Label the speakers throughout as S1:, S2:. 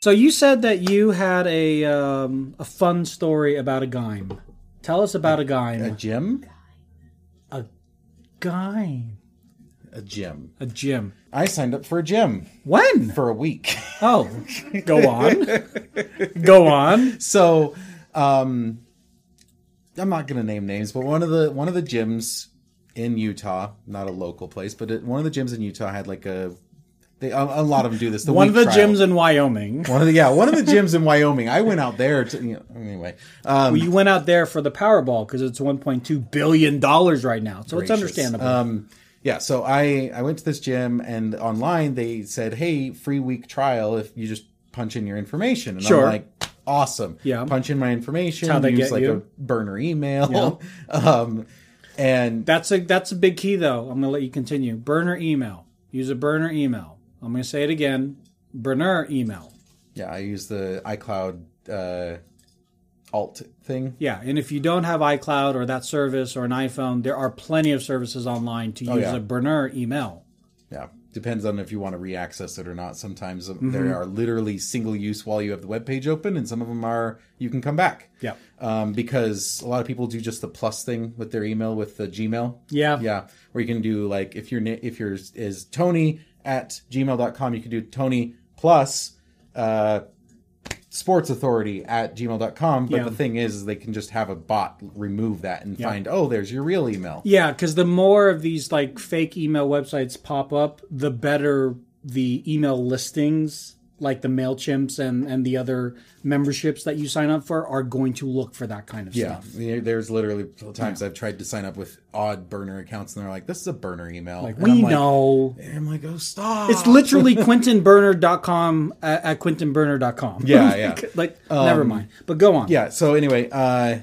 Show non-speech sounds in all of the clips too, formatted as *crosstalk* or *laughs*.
S1: So you said that you had a um, a fun story about a gime. Tell us about a
S2: A
S1: gime.
S2: gym?
S1: Gime.
S2: A gym.
S1: A gym.
S2: I signed up for a gym
S1: When?
S2: for a week. *laughs*
S1: Oh, go on. go on.
S2: so um i'm not gonna name names but one of the one of the gyms in utah not a local place but it, one of the gyms in utah had like a they a, a lot of them do this the
S1: One of the
S2: week trial.
S1: gyms in Wyoming.
S2: one of the yeah one of the gyms in wyoming i went out there to you know, anyway um
S1: Well, you went out there for the Powerball because it's 1.2 billion dollars right now, so it's
S2: gracious.
S1: understandable.
S2: Um, yeah, so I I went to this gym and online they said, "Hey, free week trial if you just punch in your information." And
S1: Sure.
S2: I'm like, "Awesome."
S1: Yeah.
S2: Punch in my information,
S1: how they
S2: use
S1: get
S2: like
S1: you.
S2: a burner email. *laughs* Um and
S1: that's a that's a big key, though. I'm going to let you continue. Burner email. Use a burner email. I'm going to say it again. Burner email.
S2: yeah, I use the iCloud uh alt thing.
S1: Yeah, and if you don't have iCloud or that service or an iPhone, there are plenty of services online to use
S2: Oh, yeah.
S1: a burner email.
S2: Yeah. Depends on if you want to re-access it or not. Sometimes um,
S1: Mm-hmm.
S2: there are literally single use while you have the web page open, and some of them are you can come back.
S1: Yeah.
S2: um, because a lot of people do just the plus thing with their email with the Gmail.
S1: Yeah.
S2: Yeah. Where you can do like if your na- if yours is Tony at gmail.com, you can do Tony plus uh, sports authority at gmail.com. But
S1: Yeah.
S2: the thing is, is they can just have a bot remove that and find, oh, there's your real email.
S1: Yeah, because the more of these like fake email websites pop up, the better the email listings, like the Mailchimps and and the other memberships that you sign up for, are going to look for that kind of
S2: Yeah,
S1: stuff.
S2: There- there's literally times I've tried to sign up with odd burner accounts, and they're like, "This is a burner email." Like,
S1: We know.
S2: I'm like, "Oh, stop!"
S1: It's literally quintinburner.com at, at quintinburner.com. *laughs*
S2: Yeah, yeah. Um,
S1: like, never mind. But go on.
S2: yeah so anyway uh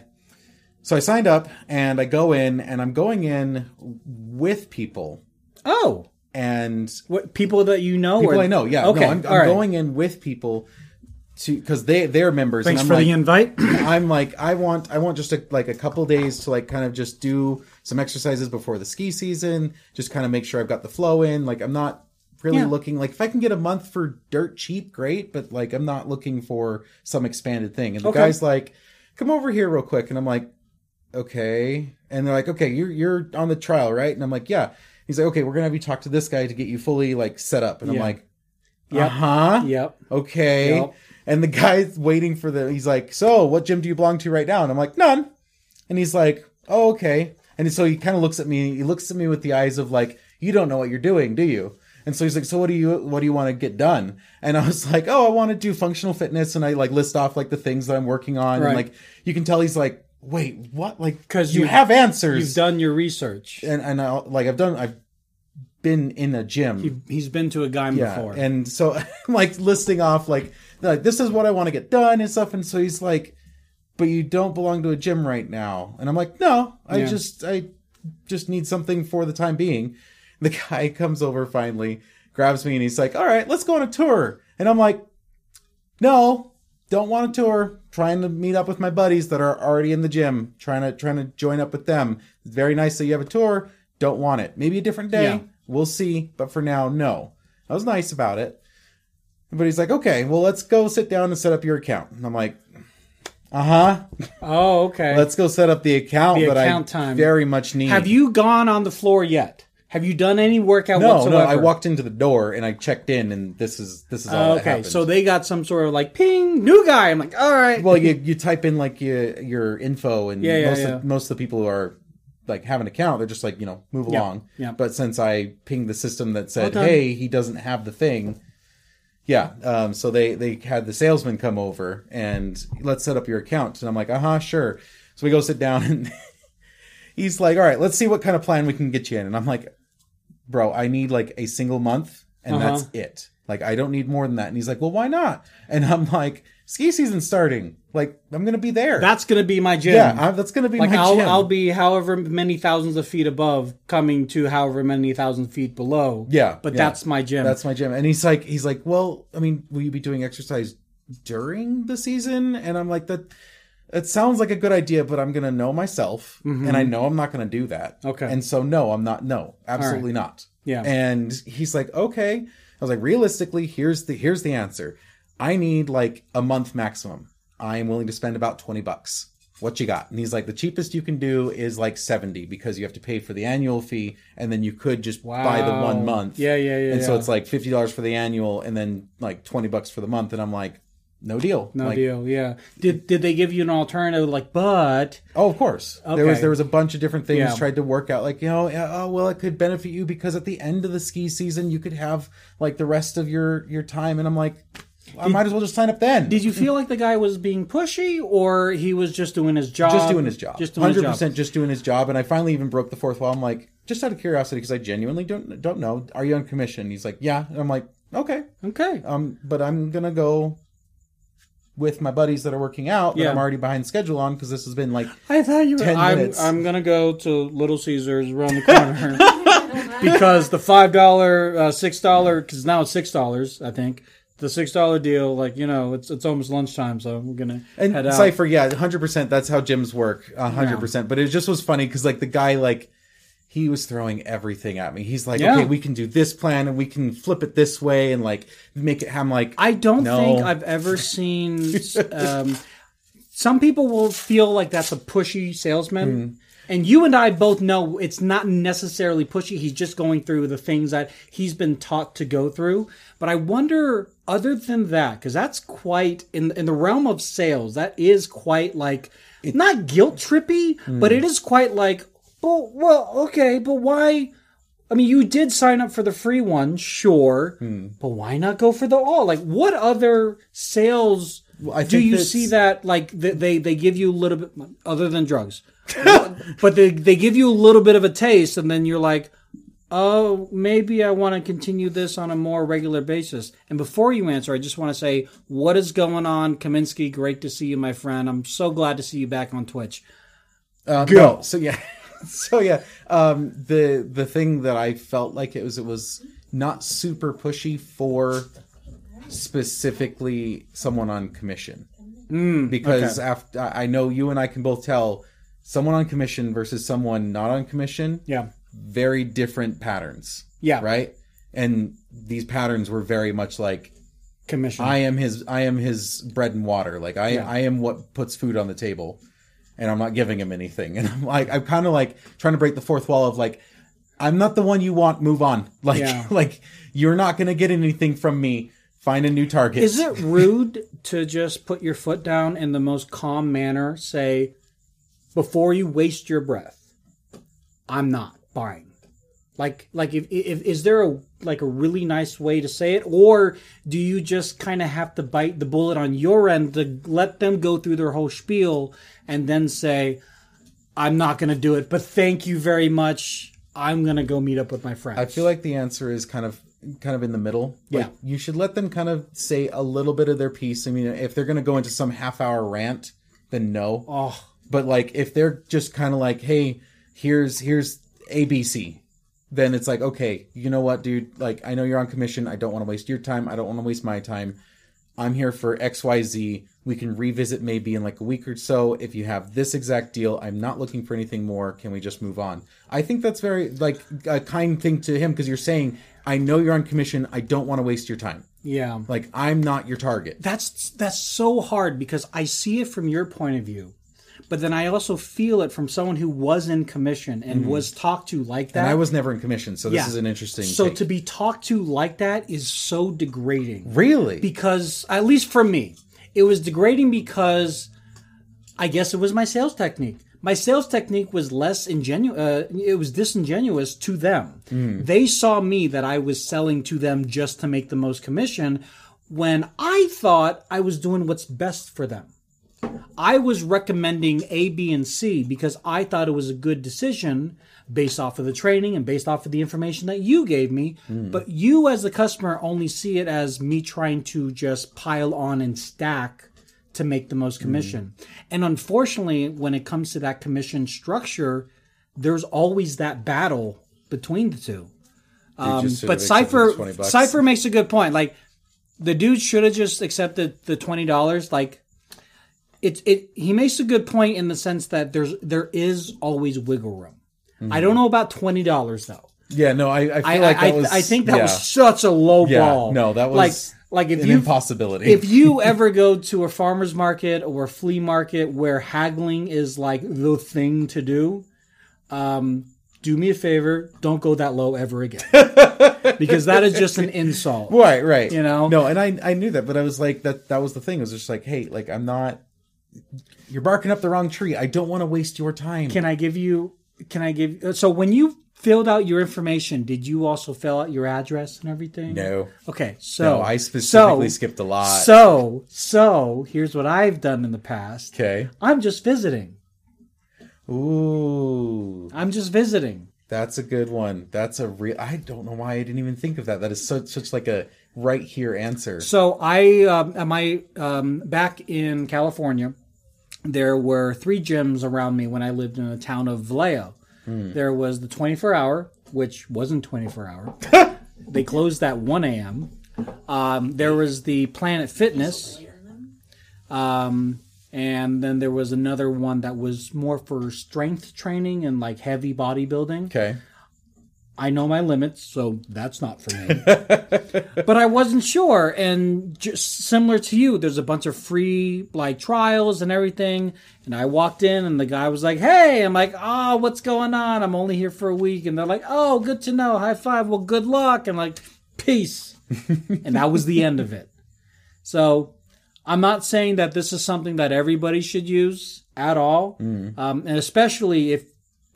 S2: so i signed up and i go in and i'm going in with people
S1: Oh,
S2: and
S1: what people that you know?
S2: people
S1: or,
S2: i know yeah
S1: Okay.
S2: no, i'm, I'm
S1: all right.
S2: going in with people to because they they're members
S1: Thanks
S2: and
S1: for
S2: i'm
S1: the
S2: like
S1: invite.
S2: *clears throat* i'm like i want i want just a, like a couple days to like kind of just do some exercises before the ski season just kind of make sure i've got the flow in like i'm not really
S1: Yeah.
S2: looking like if i can get a month for dirt cheap great but like i'm not looking for some expanded thing and the
S1: Okay.
S2: guy's like come over here real quick and i'm like okay. And they're like, okay, you're you're on the trial, right? And I'm like, yeah. He's like, okay, we're gonna have you talk to this guy to get you fully like set up. And
S1: Yeah.
S2: I'm like,
S1: Yep.
S2: uh huh,
S1: yep.
S2: okay.
S1: Yep.
S2: And the guy's waiting for the. He's like, so what gym do you belong to right now? And I'm like, none. And he's like, oh okay. And so he kind of looks at me. He looks at me with the eyes of like, you don't know what you're doing, do you? And so he's like, so what do you what do you want to get done? And I was *laughs* like, oh, I want to do functional fitness, and I like list off like the things that I'm working on,
S1: Right.
S2: and like you can tell he's like. Wait, what? Like,
S1: 'Cause
S2: you
S1: you-
S2: have answers
S1: You've done your research.
S2: and and I like I've done I've been in a gym
S1: He's been to a guy
S2: yeah
S1: before.
S2: and so *laughs* I'm like listing off like like this is what I want to get done and stuff and so he's like but you don't belong to a gym right now and I'm like no I
S1: Yeah.
S2: just I just need something for the time being the *laughs* guy comes over finally grabs me and he's like all right let's go on a tour and I'm like no don't want a tour trying to meet up with my buddies that are already in the gym trying to trying to join up with them it's very nice that you have a tour don't want it maybe a different day
S1: Yeah.
S2: we'll see but for now no i was nice about it but he's like okay well let's go sit down and set up your account and i'm like uh-huh
S1: oh, okay.
S2: let's go set up the account
S1: The
S2: that
S1: account
S2: i
S1: time.
S2: very much need
S1: Have you gone on the floor yet? Have you done any workout
S2: no
S1: whatsoever? Oh,
S2: no i walked into the door and i checked in and this is this is all that
S1: Okay,
S2: happened.
S1: so they got some sort of like ping, new guy. I'm like, all right.
S2: well you you type in like your your info and
S1: Yeah, yeah,
S2: most
S1: yeah.
S2: Of, most of the people who are like have an account they're just like you know move along
S1: yeah.
S2: but since i pinged the system that said
S1: Well done.
S2: hey he doesn't have the thing yeah um, so they they had the salesman come over and let's set up your account and i'm like uh-huh sure so we go sit down *laughs* and he's like all right let's see what kind of plan we can get you in and i'm like bro i need like a single month and
S1: Uh-huh.
S2: that's it like i don't need more than that and he's like well why not and i'm like ski season starting like i'm gonna be there
S1: that's going to be my gym.
S2: yeah I, that's gonna be
S1: like
S2: my
S1: I'll,
S2: gym
S1: I'll be however many thousands of feet above, coming to however many thousand feet below.
S2: Yeah,
S1: but
S2: yeah.
S1: that's my gym.
S2: that's my gym and he's like he's like well i mean will you be doing exercise during the season and i'm like that it sounds like a good idea but i'm gonna know myself and i know i'm not gonna do that
S1: Mm-hmm. Okay.
S2: and so no i'm not no absolutely not
S1: Yeah.
S2: and he's like okay i was like realistically here's the here's the answer I need like a month maximum. I am willing to spend about 20 bucks. What you got? And he's like, the cheapest you can do is like 70 because you have to pay for the annual fee and then you could just buy the
S1: Wow.
S2: one month.
S1: Yeah, yeah, yeah.
S2: And so
S1: yeah.
S2: it's like $50 for the annual and then like 20 bucks for the month. And I'm like, no deal.
S1: no
S2: Like,
S1: deal. Yeah. Did did they give you an alternative? Like, but
S2: Oh, of course. There was
S1: Okay.
S2: there was a bunch of different things
S1: Yeah.
S2: tried to work out. Like you know, yeah, oh well, it could benefit you because at the end of the ski season, you could have like the rest of your your time. And I'm like, I might as well just sign up then.
S1: did you feel like the guy was being pushy, or he was just doing his job?
S2: just doing his job.
S1: Just doing his
S2: hundred
S1: job.
S2: percent, just doing his job. And I finally even broke the fourth wall. I'm like, just out of curiosity, because I genuinely don't don't know. Are you on commission? He's like, yeah. And I'm like, okay.
S1: Okay.
S2: Um, but I'm gonna go with my buddies that are working out that
S1: Yeah.
S2: I'm already behind schedule on because this has been like
S1: I thought you were.
S2: 10
S1: I'm,
S2: minutes.
S1: I'm gonna go to Little Caesars around the corner because the five dollar, uh, six dollar, because now it's six dollars. I think the six dollar deal. Like you know, it's it's almost lunchtime, so we're gonna
S2: And
S1: head out.
S2: Cypher, yeah, 100%. That's how gyms work. 100%. But it just was funny because, like, the guy, like, he was throwing everything at me. He's like,
S1: Yeah.
S2: okay, we can do this plan and we can flip it this way and, like, make it. I'm like,
S1: I don't
S2: No.
S1: think I've ever seen. Um, some people will feel like that's a pushy salesman. And you and I both know it's not necessarily pushy. He's just going through the things that he's been taught to go through. But I wonder, other than that, because that's quite in in the realm of sales, that is quite like not guilt trippy, but it is quite like, well, well, okay, but why? I mean, you did sign up for the free one, sure,
S2: Hmm.
S1: but why not go for the all? Like, what other sales
S2: I
S1: do
S2: think
S1: you
S2: that's-
S1: see that? Like, th- they they give you a little bit other than
S2: *laughs*
S1: drugs, but they they give you a little bit of a taste, and then you're like, oh, maybe I want to continue this on a more regular basis. And before you answer, I just want to say, what is going on, Kaminsky? Great to see you, my friend. I'm so glad to see you back on Twitch.
S2: uh,
S1: Go.
S2: no. So yeah, *laughs* so yeah. Um, the the thing that I felt like it was it was not super pushy for specifically someone on commission because after I know you and I can both tell someone on commission versus someone not on commission.
S1: Yeah,
S2: very different patterns.
S1: Yeah.
S2: Right? And these patterns were very much like
S1: commission.
S2: I am his I am his bread and water. Like I I am what puts food on the table and I'm not giving him anything. And I'm like I'm kind of like trying to break the fourth wall of like I'm not the one you want. Move on. Like
S1: Yeah.
S2: *laughs* like you're not going to get anything from me. Find a new target.
S1: Is it rude to just put your foot down in the most calm manner? Say, before you waste your breath, I'm not buying. Like, like, if, if is there a like a really nice way to say it, or do you just kind of have to bite the bullet on your end to let them go through their whole spiel and then say, "I'm not going to do it," but thank you very much. I'm going to go meet up with my friends.
S2: I feel like the answer is kind of kind of in the middle. Like,
S1: Yeah.
S2: you should let them kind of say a little bit of their piece. I mean, if they're going to go into some half hour rant, then no.
S1: oh,
S2: but like if they're just kind of like hey here's here's abc then it's like okay you know what dude like i know you're on commission i don't want to waste your time i don't want to waste my time i'm here for xyz we can revisit maybe in like a week or so if you have this exact deal i'm not looking for anything more can we just move on i think that's very like a kind thing to him because you're saying i know you're on commission i don't want to waste your time
S1: yeah.
S2: like i'm not your target
S1: that's that's so hard because I see it from your point of view, but then I also feel it from someone who was in commission and was talked to like that.
S2: Mm. and i was never in commission so this
S1: Yeah.
S2: is an interesting
S1: so
S2: take.
S1: to be talked to like that is so degrading
S2: really
S1: because at least for me, it was degrading because I guess it was my sales technique. My sales technique was less ingenu Uh, it was disingenuous to them. They saw me that I was selling to them just to make the most commission, when I thought I was doing what's best for them. I was recommending A, B, and C because I thought it was a good decision based off of the training and based off of the information that you gave me. But you, as the customer, only see it as me trying to just pile on and stack to make the most commission. And unfortunately, when it comes to that commission structure, there's always that battle between the two. Um,
S2: You just should
S1: But
S2: have accepted the
S1: Cypher
S2: 20 bucks.
S1: Cypher makes a good point. Like the dude should have just accepted the twenty dollars. Like it it he makes a good point in the sense that there's there is always wiggle room. I don't know about twenty dollars though.
S2: Yeah, no, I, I feel
S1: I
S2: like that
S1: I,
S2: was.
S1: I think that
S2: yeah.
S1: was such a low
S2: Yeah,
S1: ball.
S2: no, that was-
S1: like Like if
S2: an
S1: you
S2: impossibility.
S1: if you ever go to a farmer's market or a flea market where haggling is like the thing to do, um, do me a favor, don't go that low ever
S2: *laughs*
S1: again. because that is just an insult.
S2: right, right.
S1: You know?
S2: No, and I I knew that, but I was like that that was the thing. It was just like, hey, like I'm not you're barking up the wrong tree. I don't want to waste your time.
S1: Can I give you can I give uh, so when you filled out your information, did you also fill out your address and everything?
S2: no.
S1: Okay, so
S2: No, I specifically
S1: so,
S2: skipped a lot.
S1: So, so here's what I've done in the past.
S2: okay.
S1: I'm just visiting.
S2: Ooh.
S1: I'm just visiting.
S2: That's a good one. That's a real I don't know why I didn't even think of that. That is such such like a right here answer.
S1: So I um, at my um, back in California, there were three gyms around me when I lived in the town of Vallejo. There was the 24 hour, which wasn't 24 hour. they closed at 1 a.m. Um, there was the Planet Fitness, um, and then there was another one that was more for strength training and like heavy bodybuilding.
S2: Okay.
S1: I know my limits, so that's not for me. *laughs* but I wasn't sure, and just similar to you, there's a bunch of free like trials and everything. And I walked in, and the guy was like, "Hey," I'm like, "Oh, what's going on? I'm only here for a week." And they're like, "Oh, good to know. High five. Well, good luck." And like, peace. and that was the end of it. So I'm not saying that this is something that everybody should use at all, um, and especially if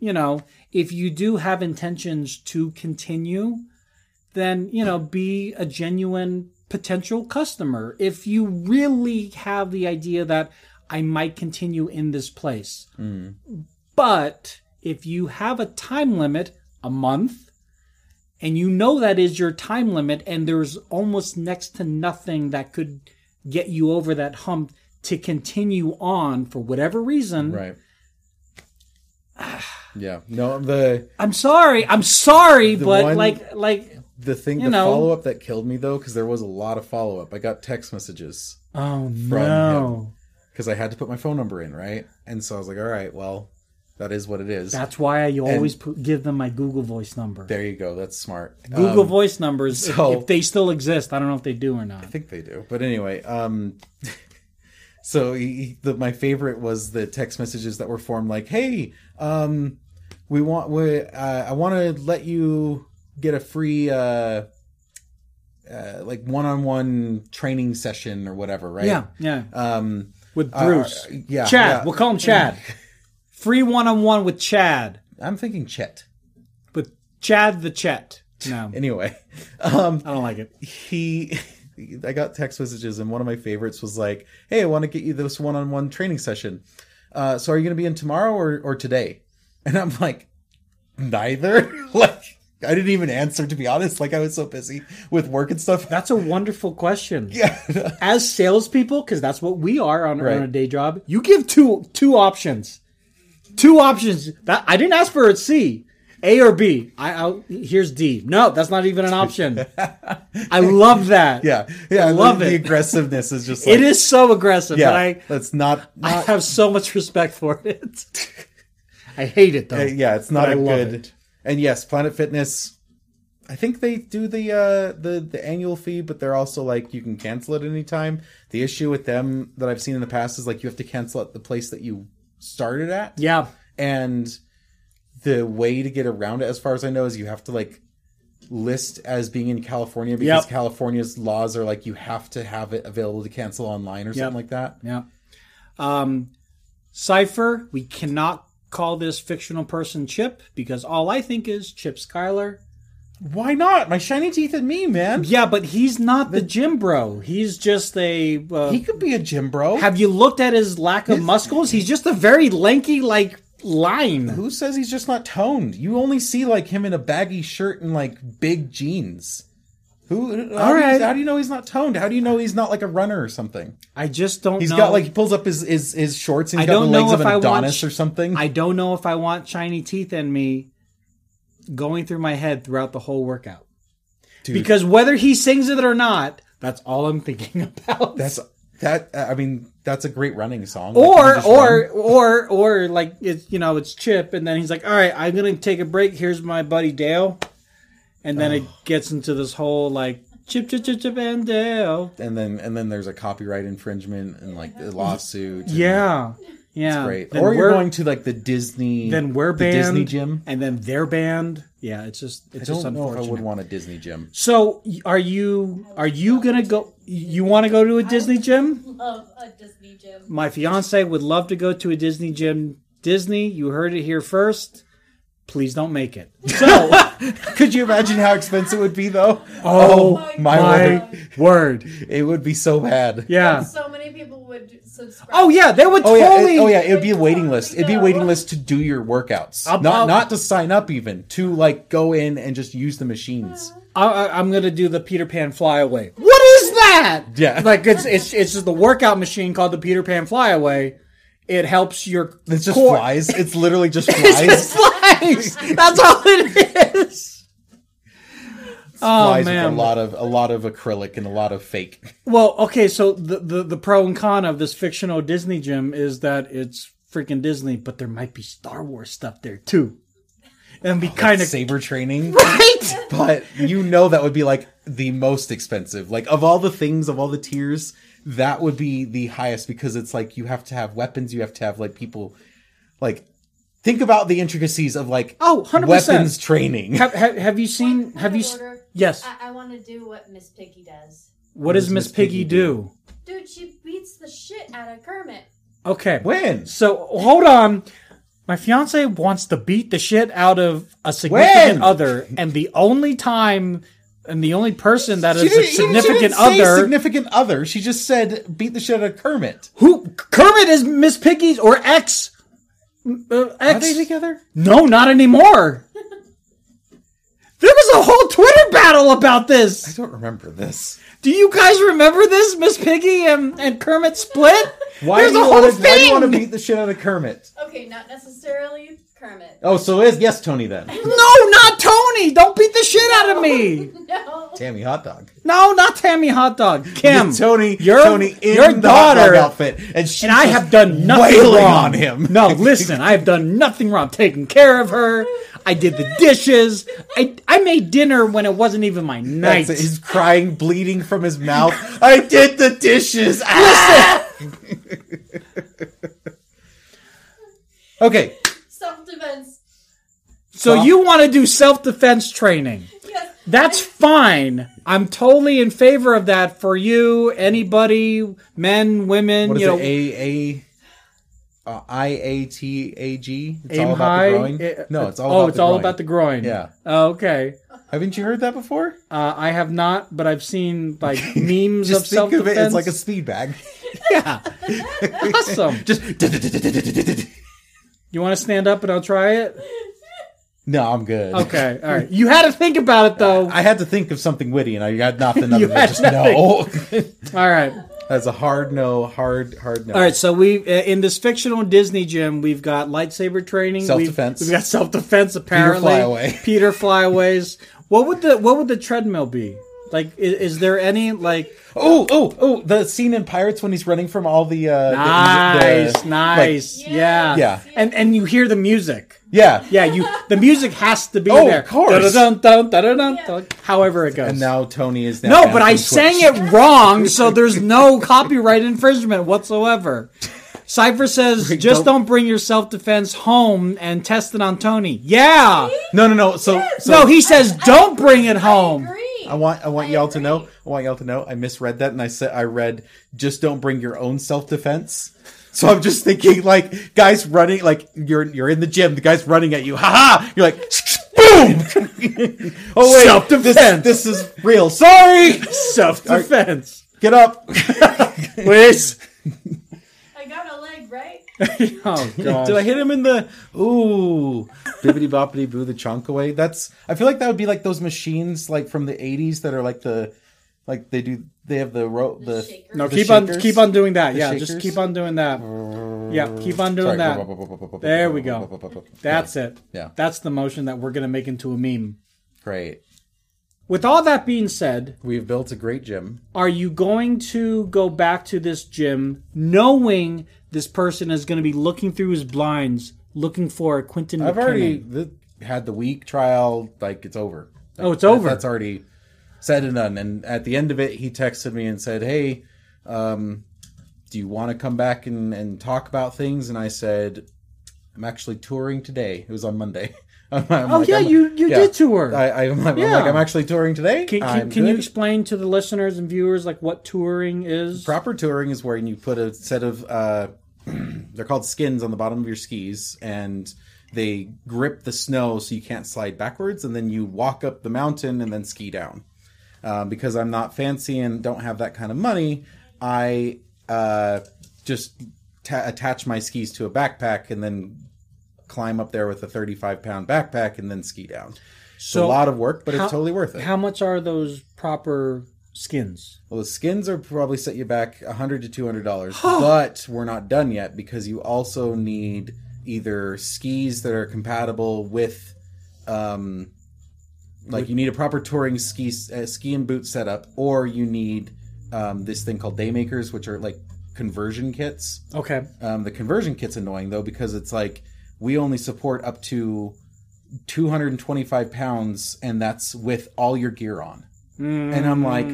S1: you know if you do have intentions to continue, then you know be a genuine potential customer. If you really have the idea that I might continue in this place, but if you have a time limit, a month, and you know that is your time limit and there's almost next to nothing that could get you over that hump to continue on for whatever reason *sighs*
S2: Right. yeah. No, the
S1: i'm sorry i'm sorry
S2: The
S1: but
S2: one-
S1: like like
S2: the thing
S1: You
S2: the
S1: know.
S2: follow up that killed me though because there was a lot of follow up. I got text messages
S1: oh
S2: no.
S1: no
S2: because I had to put my phone number in, right? And so I was like, all right, well, that is what it is.
S1: that's why i always put, give them my google voice number
S2: there you go. That's smart.
S1: google
S2: Um,
S1: voice numbers if-
S2: so-
S1: if, they still exist i don't know if they do or not
S2: I think they do. But anyway, um, *laughs* so he, the, my favorite was the text messages that were formed like, "Hey, um, we want we uh, I want to let you get a free uh, uh, like one-on-one training session or whatever, right?
S1: yeah yeah
S2: Um,
S1: with
S2: uh,
S1: bruce
S2: yeah,
S1: chad
S2: yeah.
S1: we'll call him
S2: *laughs*
S1: chad free one-on-one with chad
S2: I'm thinking Chet.
S1: with chad the chet no
S2: Anyway, *laughs* um,
S1: i don't like it
S2: he *laughs* I got text messages and one of my favorites was like, "Hey, I want to get you this one-on-one training session. Uh, so are you going to be in tomorrow or or today?" *laughs* And I'm like, "Neither." *laughs* like I didn't even answer to be honest. Like I was so busy with work and stuff. *laughs*
S1: That's a wonderful question.
S2: yeah.
S1: As salespeople, because that's what we are on,
S2: Right.
S1: on a day job, you give two two options. Two options. That I didn't ask for a C. A or B. I, I here's D. No, that's not even an
S2: *laughs*
S1: option. I love that.
S2: yeah. Yeah,
S1: I love
S2: the,
S1: it.
S2: The aggressiveness is just like
S1: It is so aggressive,
S2: yeah. Uh,
S1: but I,
S2: that's not
S1: I
S2: not
S1: have so much respect for it. *laughs* I hate it though.
S2: Uh, yeah, it's not
S1: Oh, I
S2: a
S1: love
S2: good.
S1: it.
S2: And yes, Planet Fitness. I think they do the uh, the the annual fee, but they're also like you can cancel at any time. The issue with them that I've seen in the past is like you have to cancel at the place that you started at,
S1: Yeah.
S2: and the way to get around it, as far as I know, is you have to like list as being in California because
S1: Yep.
S2: California's laws are like you have to have it available to cancel online or something like that.
S1: Yeah. Um, Cypher, we cannot call this fictional person Chip because all I think is Chip Skylar.
S2: Why not? My shiny teeth and me, man.
S1: Yeah, but he's not the gym bro. He's just a. Uh,
S2: He could be a gym bro.
S1: have you looked at his lack of muscles? He's just a very lanky, like, line.
S2: Who says he's just not toned? You only see like him in a baggy shirt and like big jeans. Who? How,
S1: All
S2: do
S1: right.
S2: you, how do you know he's not toned? How do you know he's not like a runner or something?
S1: I just don't
S2: He's
S1: know.
S2: got like he pulls up his his, his shorts and he's
S1: I
S2: got the
S1: don't
S2: legs
S1: know
S2: of
S1: if
S2: an
S1: I want
S2: Adonis
S1: sh-
S2: or something.
S1: I don't know if I want shiny teeth in me going through my head throughout the whole workout.
S2: Dude,
S1: Because whether he sings it or not, that's all I'm thinking *laughs* about.
S2: that's that. I mean, that's a great running song. Like, you
S1: or
S2: just
S1: or
S2: run.
S1: or or like it's you know it's Chip, and then he's like, "All right, I'm gonna take a break. Here's my buddy Dale," and then it gets into this whole like Chip, chip, chip, chip, and Dale.
S2: and then and then there's a copyright infringement and like a lawsuit. and
S1: Yeah, yeah.
S2: it's great.
S1: Then
S2: or you're
S1: we're-
S2: going to like the Disney,
S1: then we're
S2: the
S1: banned,
S2: Disney gym.
S1: and then they're banned. Yeah, it's just it's
S2: I
S1: just
S2: don't know if I
S1: unfortunate.
S2: would want a Disney gym.
S1: so, y- are you are you gonna go? You want to go to a Disney gym?
S3: Love a Disney gym.
S1: My fiance would love to go to a Disney gym. Disney, you heard it here first. Please don't make it. So,
S2: Could you imagine how expensive it would be though?
S1: oh my
S2: my, word.
S1: word,
S2: It would be so bad.
S1: yeah.
S3: So many people would subscribe.
S1: Oh yeah, they would
S2: Oh yeah,
S1: totally.
S2: it, oh yeah, it'd be a waiting list. It'd be a waiting
S3: No.
S2: list to do your workouts.
S1: I'll-
S2: not
S1: I'll-
S2: not to sign up even, to like go in and just use the machines.
S1: I, I, I'm gonna do the Peter Pan flyaway. What is that?
S2: Yeah.
S1: *laughs* like it's it's it's just the workout machine called the Peter Pan flyaway. It helps your *laughs*
S2: It's just
S1: core-
S2: flies. It's literally just
S1: It's
S2: flies.
S1: just flies. That's all it is. Oh
S2: flies with a
S1: man.
S2: lot of a lot of acrylic and a lot of fake.
S1: well, okay. So the, the the pro and con of this fictional Disney gym is that it's freaking Disney, but there might be Star Wars stuff there too, and be
S2: Oh,
S1: kind of *laughs*
S2: saber training.
S1: right.
S2: But you know that would be like the most expensive. Like of all the things, of all the tiers, that would be the highest because it's like you have to have weapons, you have to have like people like think about the intricacies of like
S1: Oh, 100%.
S2: weapons training.
S1: Have, have, have you seen? Have you? s-
S3: Order.
S1: Yes.
S3: I, I want to do what Miss Piggy does.
S1: What does Miss Piggy do?
S3: Dude, she beats the shit out of Kermit.
S1: Okay.
S2: when?
S1: So hold on. My fiance wants to beat the shit out of a significant
S2: When?
S1: other, and the only time and the only person that is
S2: She
S1: a
S2: didn't- she didn't- she
S1: significant
S2: didn't say
S1: other
S2: significant other. She just said beat the shit out of Kermit.
S1: who Kermit is Miss Piggy's or ex uh,
S2: Are
S1: ex.
S2: they together?
S1: no, not
S2: *laughs*
S1: anymore. there was a whole Twitter battle about
S2: I
S1: this.
S2: don't remember this.
S1: Do you guys remember this? Miss Piggy and, and Kermit split.
S2: *laughs* Why
S1: There's
S2: do you
S1: a whole
S2: wanna- Why do
S1: thing.
S2: you want to beat the shit out of Kermit?
S3: Okay, not necessarily Kermit. *laughs*
S2: Oh, so is yes, Tony then.
S1: no, not Tony. Don't beat the shit out of me.
S3: No.
S2: Tammy hot dog.
S1: No, not Tammy Hot Dog. Kim.
S2: Tony,
S1: your-
S2: Tony in
S1: your
S2: the
S1: daughter-
S2: hot dog outfit, and she
S1: and I
S2: just
S1: have
S2: *laughs*
S1: done nothing
S2: wailing
S1: wrong
S2: on him.
S1: No, listen, I have done nothing wrong. Taking care of her. I did the dishes. I I made dinner when it wasn't even my night.
S2: That's it. He's crying, bleeding from his mouth. I did the dishes. Ah! *laughs* okay,
S3: Self defense.
S1: so you want to do self defense training?
S3: Yes.
S1: That's fine. I'm totally in favor of that for you, anybody, men, women.
S2: what is
S1: you know,
S2: it? A A uh, I A T A G. It's
S1: aim
S2: all about
S1: high.
S2: the growing.
S1: eh,
S2: no, it's all.
S1: oh,
S2: about
S1: it's
S2: the
S1: all
S2: growing.
S1: about the groin.
S2: Yeah.
S1: Oh, okay.
S2: Haven't you heard that before?
S1: Uh, I have not, but I've seen like memes
S2: *laughs* Just
S1: of
S2: think
S1: self
S2: of
S1: defense.
S2: it. It's like a speed bag. *laughs*
S1: yeah. *laughs* awesome.
S2: Just.
S1: You want to stand up and I'll try it?
S2: No, I'm good.
S1: Okay. All right. You had to think about it though.
S2: *laughs* I had to think of something witty, and I got
S1: *laughs*
S2: nothing other
S1: You
S2: than
S1: had *laughs*
S2: just no.
S1: All right.
S2: That's a hard no, hard, hard no.
S1: All right. So we uh, in this fictional Disney gym, we've got lightsaber training, we've-
S2: Self-defense.
S1: We've, got self defense. Apparently,
S2: Flyaway.
S1: *laughs* Peter flyaways. What would the what would the treadmill be? Like, is, is there any like
S2: Oh, oh, oh! The scene in Pirates when he's running from all the uh, the-
S1: nice,
S2: the-
S1: nice,
S3: Yes,
S1: yeah,
S2: Yeah.
S1: and and you hear the music.
S2: yeah.
S1: Yeah, you. The music has to be
S2: Oh, of
S1: there.
S2: course.
S1: Dun-dun-dun, dun-dun-dun,
S3: Yeah.
S1: dun, However it goes.
S2: And now Tony is now
S1: No,
S2: back
S1: but I
S2: on
S1: sang
S2: Twitch.
S1: it wrong, so there's no *laughs* copyright infringement whatsoever. Cypher says, just
S2: don't-
S1: don't bring your self defense home and test it on Tony. Yeah.
S2: No, no, no. So, so
S1: no, he says, don't bring it
S3: I
S1: home.
S3: agree.
S2: I want, I want
S3: I
S2: y'all to
S3: agree.
S2: know. I want y'all to know. I misread that, and I said I read just don't bring your own self defense. So I'm just thinking, like guys running, like you're you're in the gym, the guy's running at you, ha ha. You're like, *laughs* boom. *laughs* oh wait,
S1: Self-defense.
S2: This, this is real. Sorry.
S1: Self defense.
S2: Get up.
S1: Please.
S3: I got a leg, right?
S1: *laughs*
S2: *laughs*
S1: oh, gosh.
S2: Did I hit him in the ooh bibbity boppity boo the chunk away? That's I feel like that would be like those machines like from the eighties that are like the like they do they have the ro-
S3: The
S2: the
S3: shaker.
S1: no,
S2: the
S1: keep on
S2: shakers?
S1: keep on doing that.
S2: The
S1: yeah, just
S2: shakers?
S1: keep on doing that. Yeah, keep on doing
S2: Sorry.
S1: that. There we go. That's it.
S2: Yeah.
S1: That's the motion that we're going to make into a meme.
S2: great.
S1: With all that being said,
S2: We've built a great gym.
S1: are you going to go back to this gym knowing this person is going to be looking through his blinds looking for a Quentin
S2: I've
S1: McKinnon?
S2: already th- had the week trial. Like it's over.
S1: Oh, it's
S2: That-
S1: over.
S2: That's already said and done. And at the end of it, he texted me and said, "Hey, um, do you want to come back and, and talk about things?" And I said, "I'm actually touring today. It was on Monday." *laughs* I'm, I'm
S1: Oh
S2: like,
S1: yeah,
S2: I'm-
S1: you you
S2: yeah.
S1: did tour.
S2: I, I, I'm, like- I'm
S1: Yeah.
S2: like, I'm actually touring today.
S1: can
S2: I'm
S1: can, can you
S2: good."
S1: explain to the listeners and viewers like what touring is?
S2: Proper touring is where you put a set of uh, *clears throat* they're called skins on the bottom of your skis, and they grip the snow so you can't slide backwards, and then you walk up the mountain and then ski down. Uh, because I'm not fancy and don't have that kind of money, I uh, just ta- attach my skis to a backpack and then climb up there with a 35 pound backpack and then ski down. So,
S1: So
S2: a lot of work, but
S1: how-
S2: it's totally worth it.
S1: How much are those proper skins?
S2: Well, the skins are probably set you back a hundred to two hundred dollars, but we're not done yet because you also need either skis that are compatible with, um, like you need a proper touring ski uh, ski and boot setup, or you need um, this thing called daymakers, which are like conversion kits.
S1: Okay.
S2: Um, the conversion kit's annoying though because it's like we only support up to two hundred and twenty five pounds, and that's with all your gear on. And I'm like,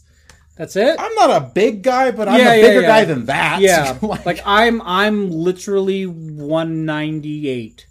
S1: Mm. That's it.
S2: I'm not a big guy, but I'm
S1: Yeah,
S2: a
S1: yeah,
S2: bigger
S1: yeah.
S2: guy than that.
S1: yeah,
S2: *laughs* Like,
S1: like, I'm I'm literally 198.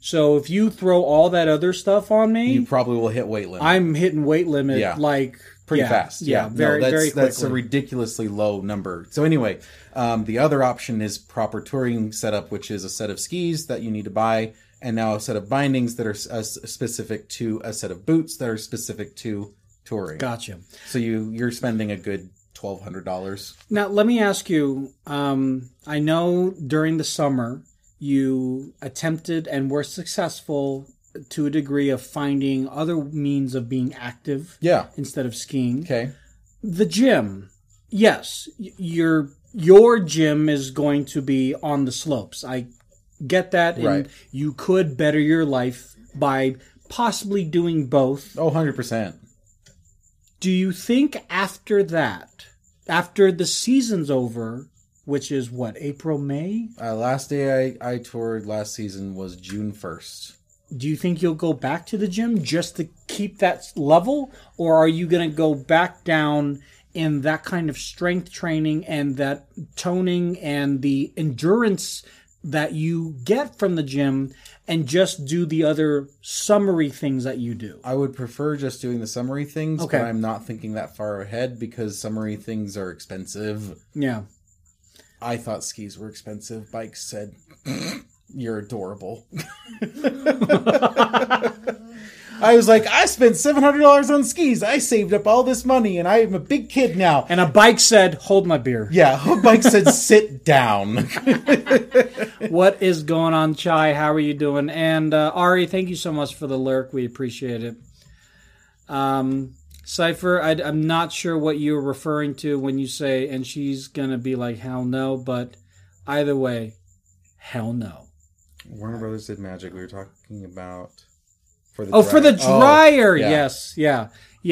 S1: So if you throw all that other stuff on me,
S2: you probably will hit weight limit
S1: I'm hitting weight limit
S2: Yeah.
S1: like
S2: pretty
S1: yeah,
S2: fast.
S1: Yeah, very
S2: no, that's,
S1: very quickly.
S2: That's a ridiculously low number. So anyway, um, the other option is proper touring setup, which is a set of skis that you need to buy, and now a set of bindings that are s- uh, specific to a set of boots that are specific to touring.
S1: gotcha.
S2: So you you're spending a good twelve hundred dollars.
S1: Now let me ask you. Um, I know during the summer you attempted and were successful to a degree of finding other means of being active
S2: Yeah.
S1: instead of skiing.
S2: Okay.
S1: the gym yes y- your your gym is going to be on the slopes i get that and
S2: Right.
S1: you could better your life by possibly doing both
S2: Oh, 100 percent.
S1: do you think after that after the season's over which is what april may
S2: Uh, last day I I toured last season was June first.
S1: do you think you'll go back to the gym just to keep that level or are you going to go back down in that kind of strength training and that toning and the endurance that you get from the gym and just do the other summary things that you do
S2: I would prefer just doing the summary things,
S1: Okay.
S2: but I'm not thinking that far ahead because summary things are expensive.
S1: yeah
S2: I thought skis were expensive. Bike said, *laughs* "You're adorable." *laughs* I was like, "I spent seven hundred dollars on skis. I saved up all this money, and I am a big kid now."
S1: and a bike said hold my beer
S2: yeah, *laughs* bike said, "Sit down."
S1: what is going on chai how are you doing and uh, ari thank you so much for the lurk we appreciate it um cypher I, i'm not sure what you're referring to when you say and she's gonna be like hell no but either way hell no
S2: Warner Brothers did magic. We were talking about for the
S1: oh for the dryer
S2: yeah.
S1: yes yeah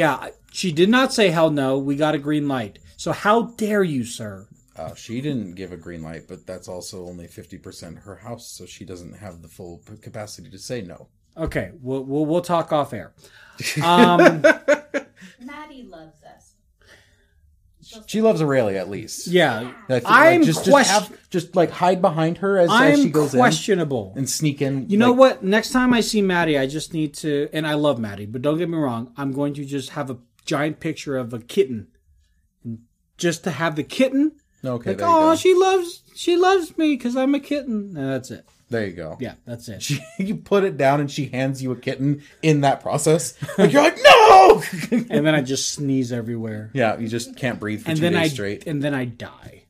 S1: yeah she did not say hell no we got a green light so how dare you sir
S2: Uh, she didn't give a green light, but that's also only 50% her house, so she doesn't have the full p- capacity to say no.
S1: okay we'll, we'll, we'll talk off air um *laughs*
S3: Maddie loves us.
S2: She loves Aurelia at least.
S1: yeah
S2: I think,
S1: I'm
S2: just,
S1: quest-
S2: just, have, just like hide behind her as, as she
S1: i'm
S2: goes
S1: questionable
S2: in and sneak in.
S1: You know what? Next time I see Maddie, I just need to, and I love Maddie, but don't get me wrong. I'm going to just have a giant picture of a kitten, just to have the kitten.
S2: what? Okay,
S1: like,
S2: there, you go.
S1: oh, she loves, she loves me because I'm a kitten, and that's it.
S2: there you go.
S1: Yeah, that's it.
S2: She, *laughs* you put it down and she hands you a kitten in that process. Like, you're like, no! *laughs*
S1: and then I just sneeze everywhere,
S2: yeah, you just can't breathe for
S1: and
S2: two
S1: then
S2: days
S1: I,
S2: straight.
S1: and then I die.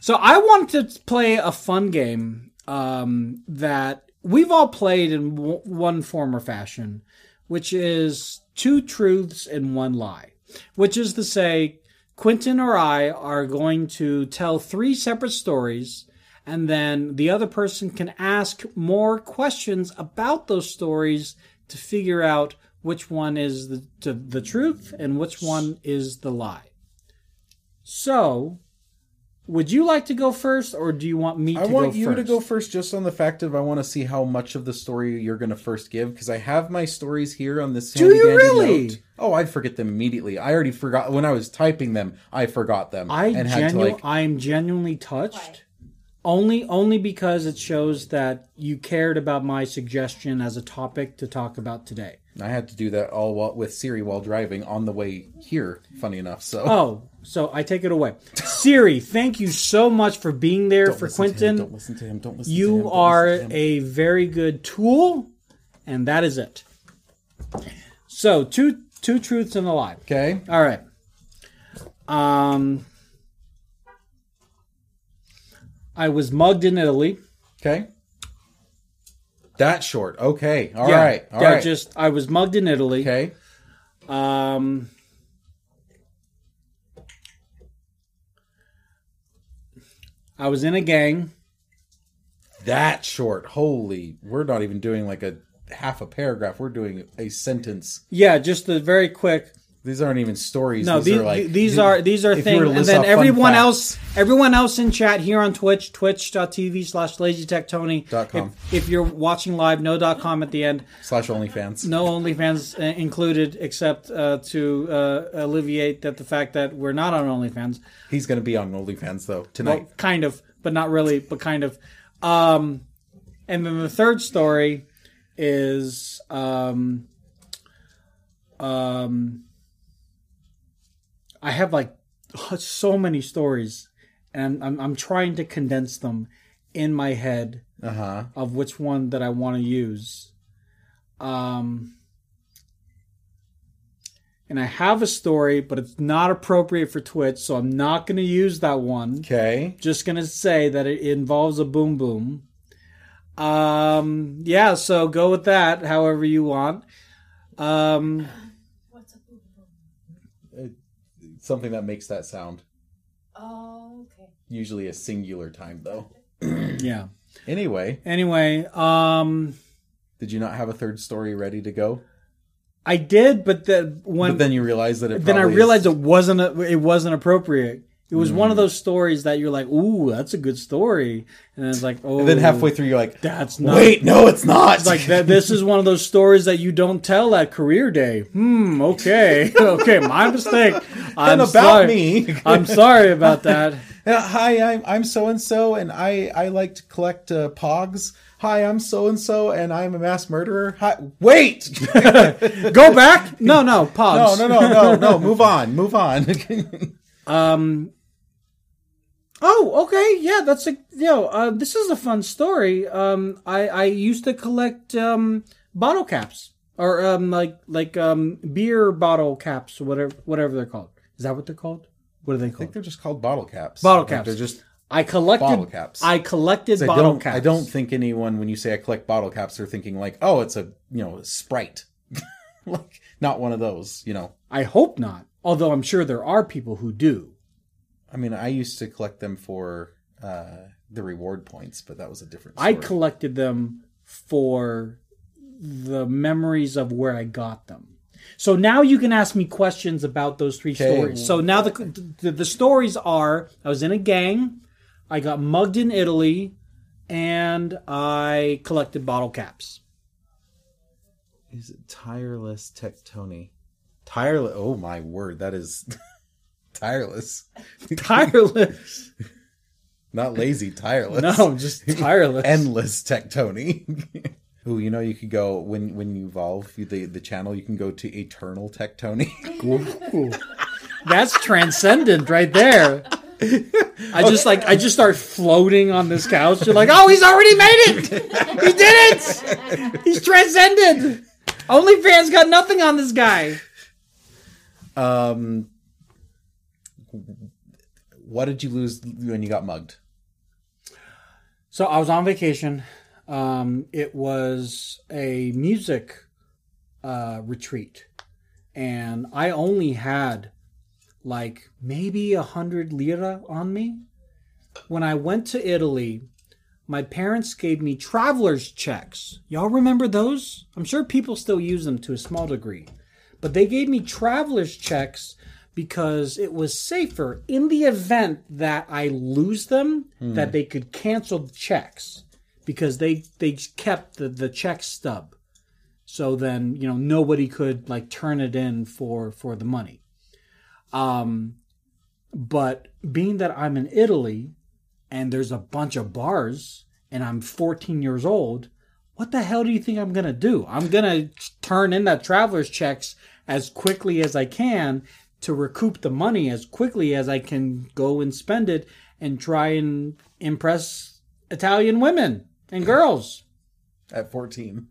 S1: So I wanted to play a fun game um, that we've all played in w- one form or fashion, which is two truths and one lie, which is to say, Quentin or I are going to tell three separate stories, and then the other person can ask more questions about those stories to figure out which one is the, to, the truth and which one is the lie. So, Would you like to go first, or do you want me?
S2: I
S1: to
S2: want
S1: go
S2: you
S1: first?
S2: to go first just on the fact of I want to see how much of the story you're going to first give because I have my stories here on this.
S1: Do you
S2: handy-dandy
S1: really?
S2: note. Oh, I forget them immediately. I already forgot when I was typing them. I forgot them.
S1: I
S2: and had to
S1: genu-
S2: like.
S1: I am genuinely touched.
S3: Why?
S1: Only only because it shows that you cared about my suggestion as a topic to talk about today.
S2: I had to do that all while, with Siri while driving on the way here. Funny enough, so
S1: Oh, so I take it away. Siri, thank you so much for being there
S2: Don't
S1: for
S2: listen to him,
S1: Quentin.
S2: don't listen to him. Don't listen to him.
S1: you
S2: don't
S1: are
S2: listen to him.
S1: a very good tool, and that is it. So two two truths and a lie.
S2: okay.
S1: All right. Um, I was mugged in Italy.
S2: Okay. That short. Okay. All right. All
S1: yeah,
S2: right.
S1: yeah, Just I was mugged in Italy.
S2: okay.
S1: Um, I was in a gang.
S2: That short. Holy. We're not even doing like a half a paragraph. We're doing a sentence.
S1: Yeah, just the very quick.
S2: These aren't even stories.
S1: No,
S2: these,
S1: these,
S2: are like
S1: these are these are
S2: if you
S1: things.
S2: were to
S1: And
S2: list
S1: then
S2: off fun
S1: everyone
S2: facts-
S1: else, everyone else in chat here on Twitch, twitch.tv slash lazytechtony.
S2: Dot com.
S1: If, if you're watching live, no dot com at the end.
S2: slash OnlyFans.
S1: No OnlyFans uh, included, except uh, to uh, alleviate that the fact that we're not on OnlyFans.
S2: He's going to be on OnlyFans though
S1: Well,
S2: tonight.
S1: kind of, but not really, but kind of. Um, and then the third story is um, um, I have like so many stories, and I'm, I'm trying to condense them in my head
S2: Uh huh.
S1: of which one that I want to use. Um, and I have a story, but it's not appropriate for Twitch, so I'm not going to use that one
S2: Okay.
S1: just gonna say that it involves a boom boom. Um, yeah, so go with that however you want. Um,
S3: What's a boo boo?
S2: Something that makes that sound.
S3: Oh, okay.
S2: Usually a singular time though.
S1: yeah.
S2: Anyway,
S1: Anyway, um,
S2: did you not have a third story ready to go?
S1: I did, but the when
S2: but then you realized that it.
S1: then I
S2: probably is- Hmm.
S1: realized it wasn't a, it wasn't appropriate. It was one of those stories that you're like, "Ooh, that's a good story," and it's like, "Oh."
S2: And then halfway through, you're like,
S1: that's not.
S2: "Wait, no, it's not." *laughs*
S1: It's like that, this is one of those stories that you don't tell at career day. Hmm. Okay. *laughs* okay. My mistake. I'm
S2: and about
S1: sorry. *laughs*
S2: me.
S1: I'm sorry about that.
S2: Uh, hi, I'm I'm so and so, and I I like to collect uh, pogs. Hi, I'm so and so, and I'm a mass murderer. Hi, *laughs* wait,
S1: Go back. No, no,
S2: no,
S1: pause.
S2: no, no, no, no. Move on, move on. *laughs*
S1: Um. Oh, okay. Yeah, that's a yo. Uh, this is a fun story. Um, I I used to collect um bottle caps or um like like um beer bottle caps, whatever whatever they're called. Is that what they're called? What are they
S2: I think
S1: called?
S2: they're just called bottle caps.
S1: Bottle
S2: Like,
S1: caps.
S2: They're just.
S1: I collected
S2: bottle caps.
S1: I collected
S2: I
S1: bottle
S2: don't.
S1: caps.
S2: I don't think anyone when you say I collect bottle caps, they're thinking like, oh, it's a you know Sprite, *laughs* like not one of those. You know,
S1: I hope not. Although I'm sure there are people who do.
S2: I mean, I used to collect them for uh, the reward points, but that was a different.
S1: I
S2: Story.
S1: collected them for the memories of where I got them. So now you can ask me questions about those three
S2: Okay.
S1: stories. So now the, the the stories are: I was in a gang, I got mugged in Italy, and I collected bottle caps. *laughs*
S2: Is it tireless tectony? Tireless. Oh my word, that is *laughs* tireless.
S1: Tireless?
S2: *laughs* Not lazy, tireless.
S1: no, just tireless.
S2: endless tectony. *laughs* Ooh, you know you could go when when you evolve you- the the channel. You can go to eternal tectony.
S1: Ooh. *laughs* That's transcendent right there. I just like I just start floating on this couch. You're like, oh, he's already made it. He did it. He's transcended. OnlyFans got nothing on this guy.
S2: *laughs* um, what did you lose when you got mugged?
S1: So I was on vacation. Um, it was a music uh, retreat, and I only had like maybe a hundred lira on me. When I went to Italy, my parents gave me traveler's checks. Y'all remember those? I'm sure people still use them to a small degree, but they gave me traveler's checks because it was safer in the event that I lose them that they could cancel the checks because they they kept the the check stub. So then, you know, nobody could like turn it in for for the money. Um but being that I'm in Italy and there's a bunch of bars and I'm 14 years old, what the hell do you think I'm going to do? I'm going to turn in that traveler's checks as quickly as I can to recoup the money as quickly as I can go and spend it and try and impress Italian women and girls.
S2: at 14.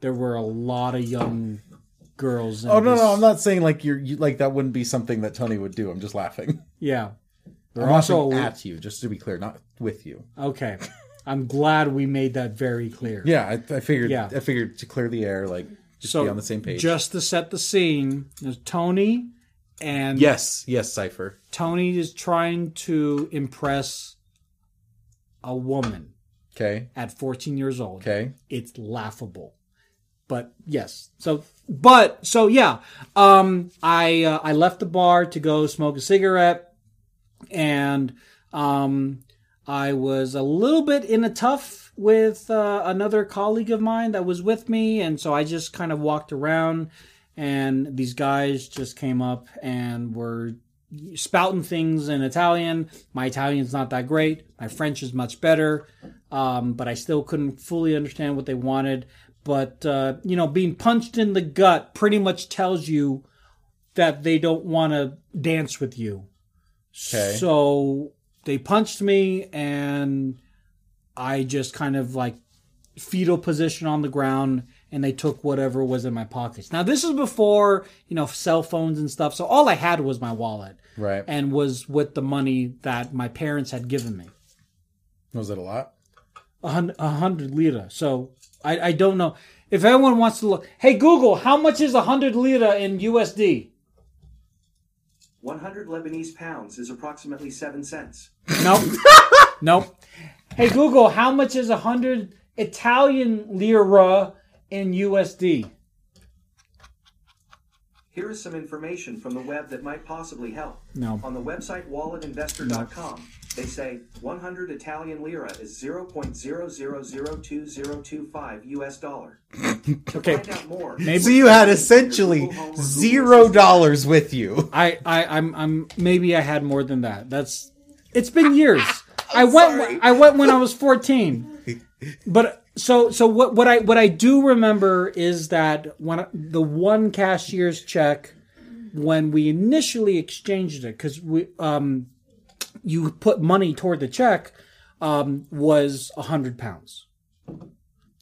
S1: There were a lot of young girls. In
S2: Oh no,
S1: this-
S2: no, I'm not saying like you're you, like that wouldn't be something that Tony would do. I'm just laughing.
S1: Yeah. There
S2: I'm
S1: are also
S2: also at you, just to be clear, not with you.
S1: okay. I'm glad we made that very clear.
S2: Yeah, I, I figured.
S1: Yeah.
S2: I figured to clear the air, like just be on the same page.
S1: Just to set the scene, there's Tony and
S2: yes, yes, Cipher.
S1: Tony is trying to impress a woman
S2: Okay,
S1: at 14 years old.
S2: okay.
S1: It's laughable. But yes. So but so yeah, um I uh, I left the bar to go smoke a cigarette and um I was a little bit in a tough with uh, another colleague of mine that was with me and so I just kind of walked around and these guys just came up and were spouting things in Italian. My Italian's not that great. My French is much better, um, but I still couldn't fully understand what they wanted. But uh, you know, being punched in the gut pretty much tells you that they don't want to dance with you.
S2: Okay.
S1: So they punched me, and I just kind of like fetal position on the ground and they took whatever was in my pockets. Now this is before, you know, cell phones and stuff. So all I had was my wallet
S2: Right.
S1: and was with the money that my parents had given me.
S2: Was it a lot?
S1: A hun- a hundred lira. So I, I don't know. If anyone wants to look Hey Google, how much is a hundred lira in USD?
S4: 100 Lebanese pounds is approximately 7 cents.
S1: Nope. nope. Hey Google, how much is a hundred Italian lira in USD?
S4: Here is some information from the web that might possibly help.
S1: No.
S4: On the website walletinvestor.com, they say 100 Italian lira is 0.00020025 US
S2: *laughs*
S4: dollar. To
S1: Okay.
S4: find out more,
S1: Maybe-
S2: So you had essentially zero dollars with you.
S1: I, I I'm I'm maybe I had more than that. That's it's been
S2: *laughs*
S1: years. I went I went when I was 14. But so so what what I what I do remember is that when I- the one cashier's check when we initially exchanged it cuz we um you put money toward the check um was 100 pounds.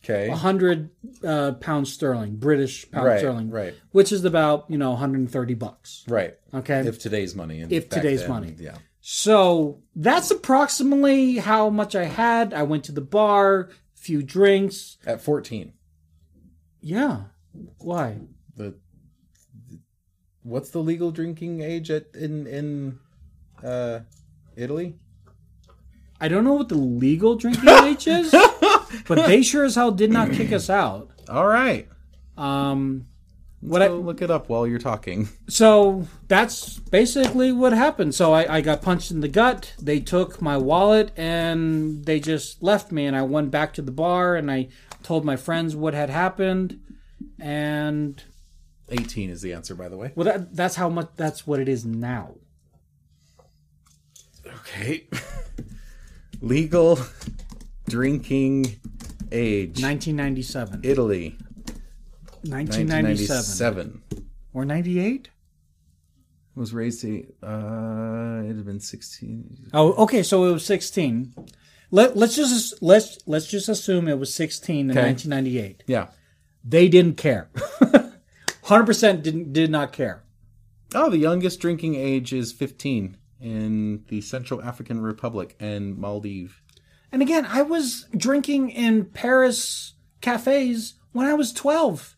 S2: Okay.
S1: 100 uh, pounds sterling, British pound
S2: Right,
S1: sterling,
S2: right.
S1: which is about, you know, 130 bucks.
S2: Right.
S1: Okay.
S2: If today's money. and
S1: If
S2: back
S1: today's
S2: then,
S1: money.
S2: Yeah.
S1: So that's approximately how much I had. I went to the bar, few drinks.
S2: At fourteen.
S1: Yeah. Why?
S2: The. What's the legal drinking age at in in, uh, Italy?
S1: I don't know what the legal drinking age is, but they sure as hell did not kick us out.
S2: All right.
S1: Um, what
S2: Go
S1: I,
S2: look it up while you're talking.
S1: so that's basically what happened. So I, I got punched in the gut. They took my wallet and they just left me. And I went back to the bar and I told my friends what had happened. And
S2: Eighteen is the answer, by the way.
S1: Well, that, that's how much. That's what it is now.
S2: Okay. Legal drinking age.
S1: 1997.
S2: Italy.
S1: 1997
S2: 1997.
S1: or 98?
S2: Was raised to, uh, it had been 16.
S1: Oh, okay. So it was 16. Let, let's just let's let's just assume it was 16 in
S2: Okay.
S1: 1998.
S2: Yeah.
S1: They didn't care. *laughs* 100 percent didn't did not care.
S2: Oh, the youngest drinking age is 15 in the Central African Republic and Maldives.
S1: And again, I was drinking in Paris cafes when I was 12.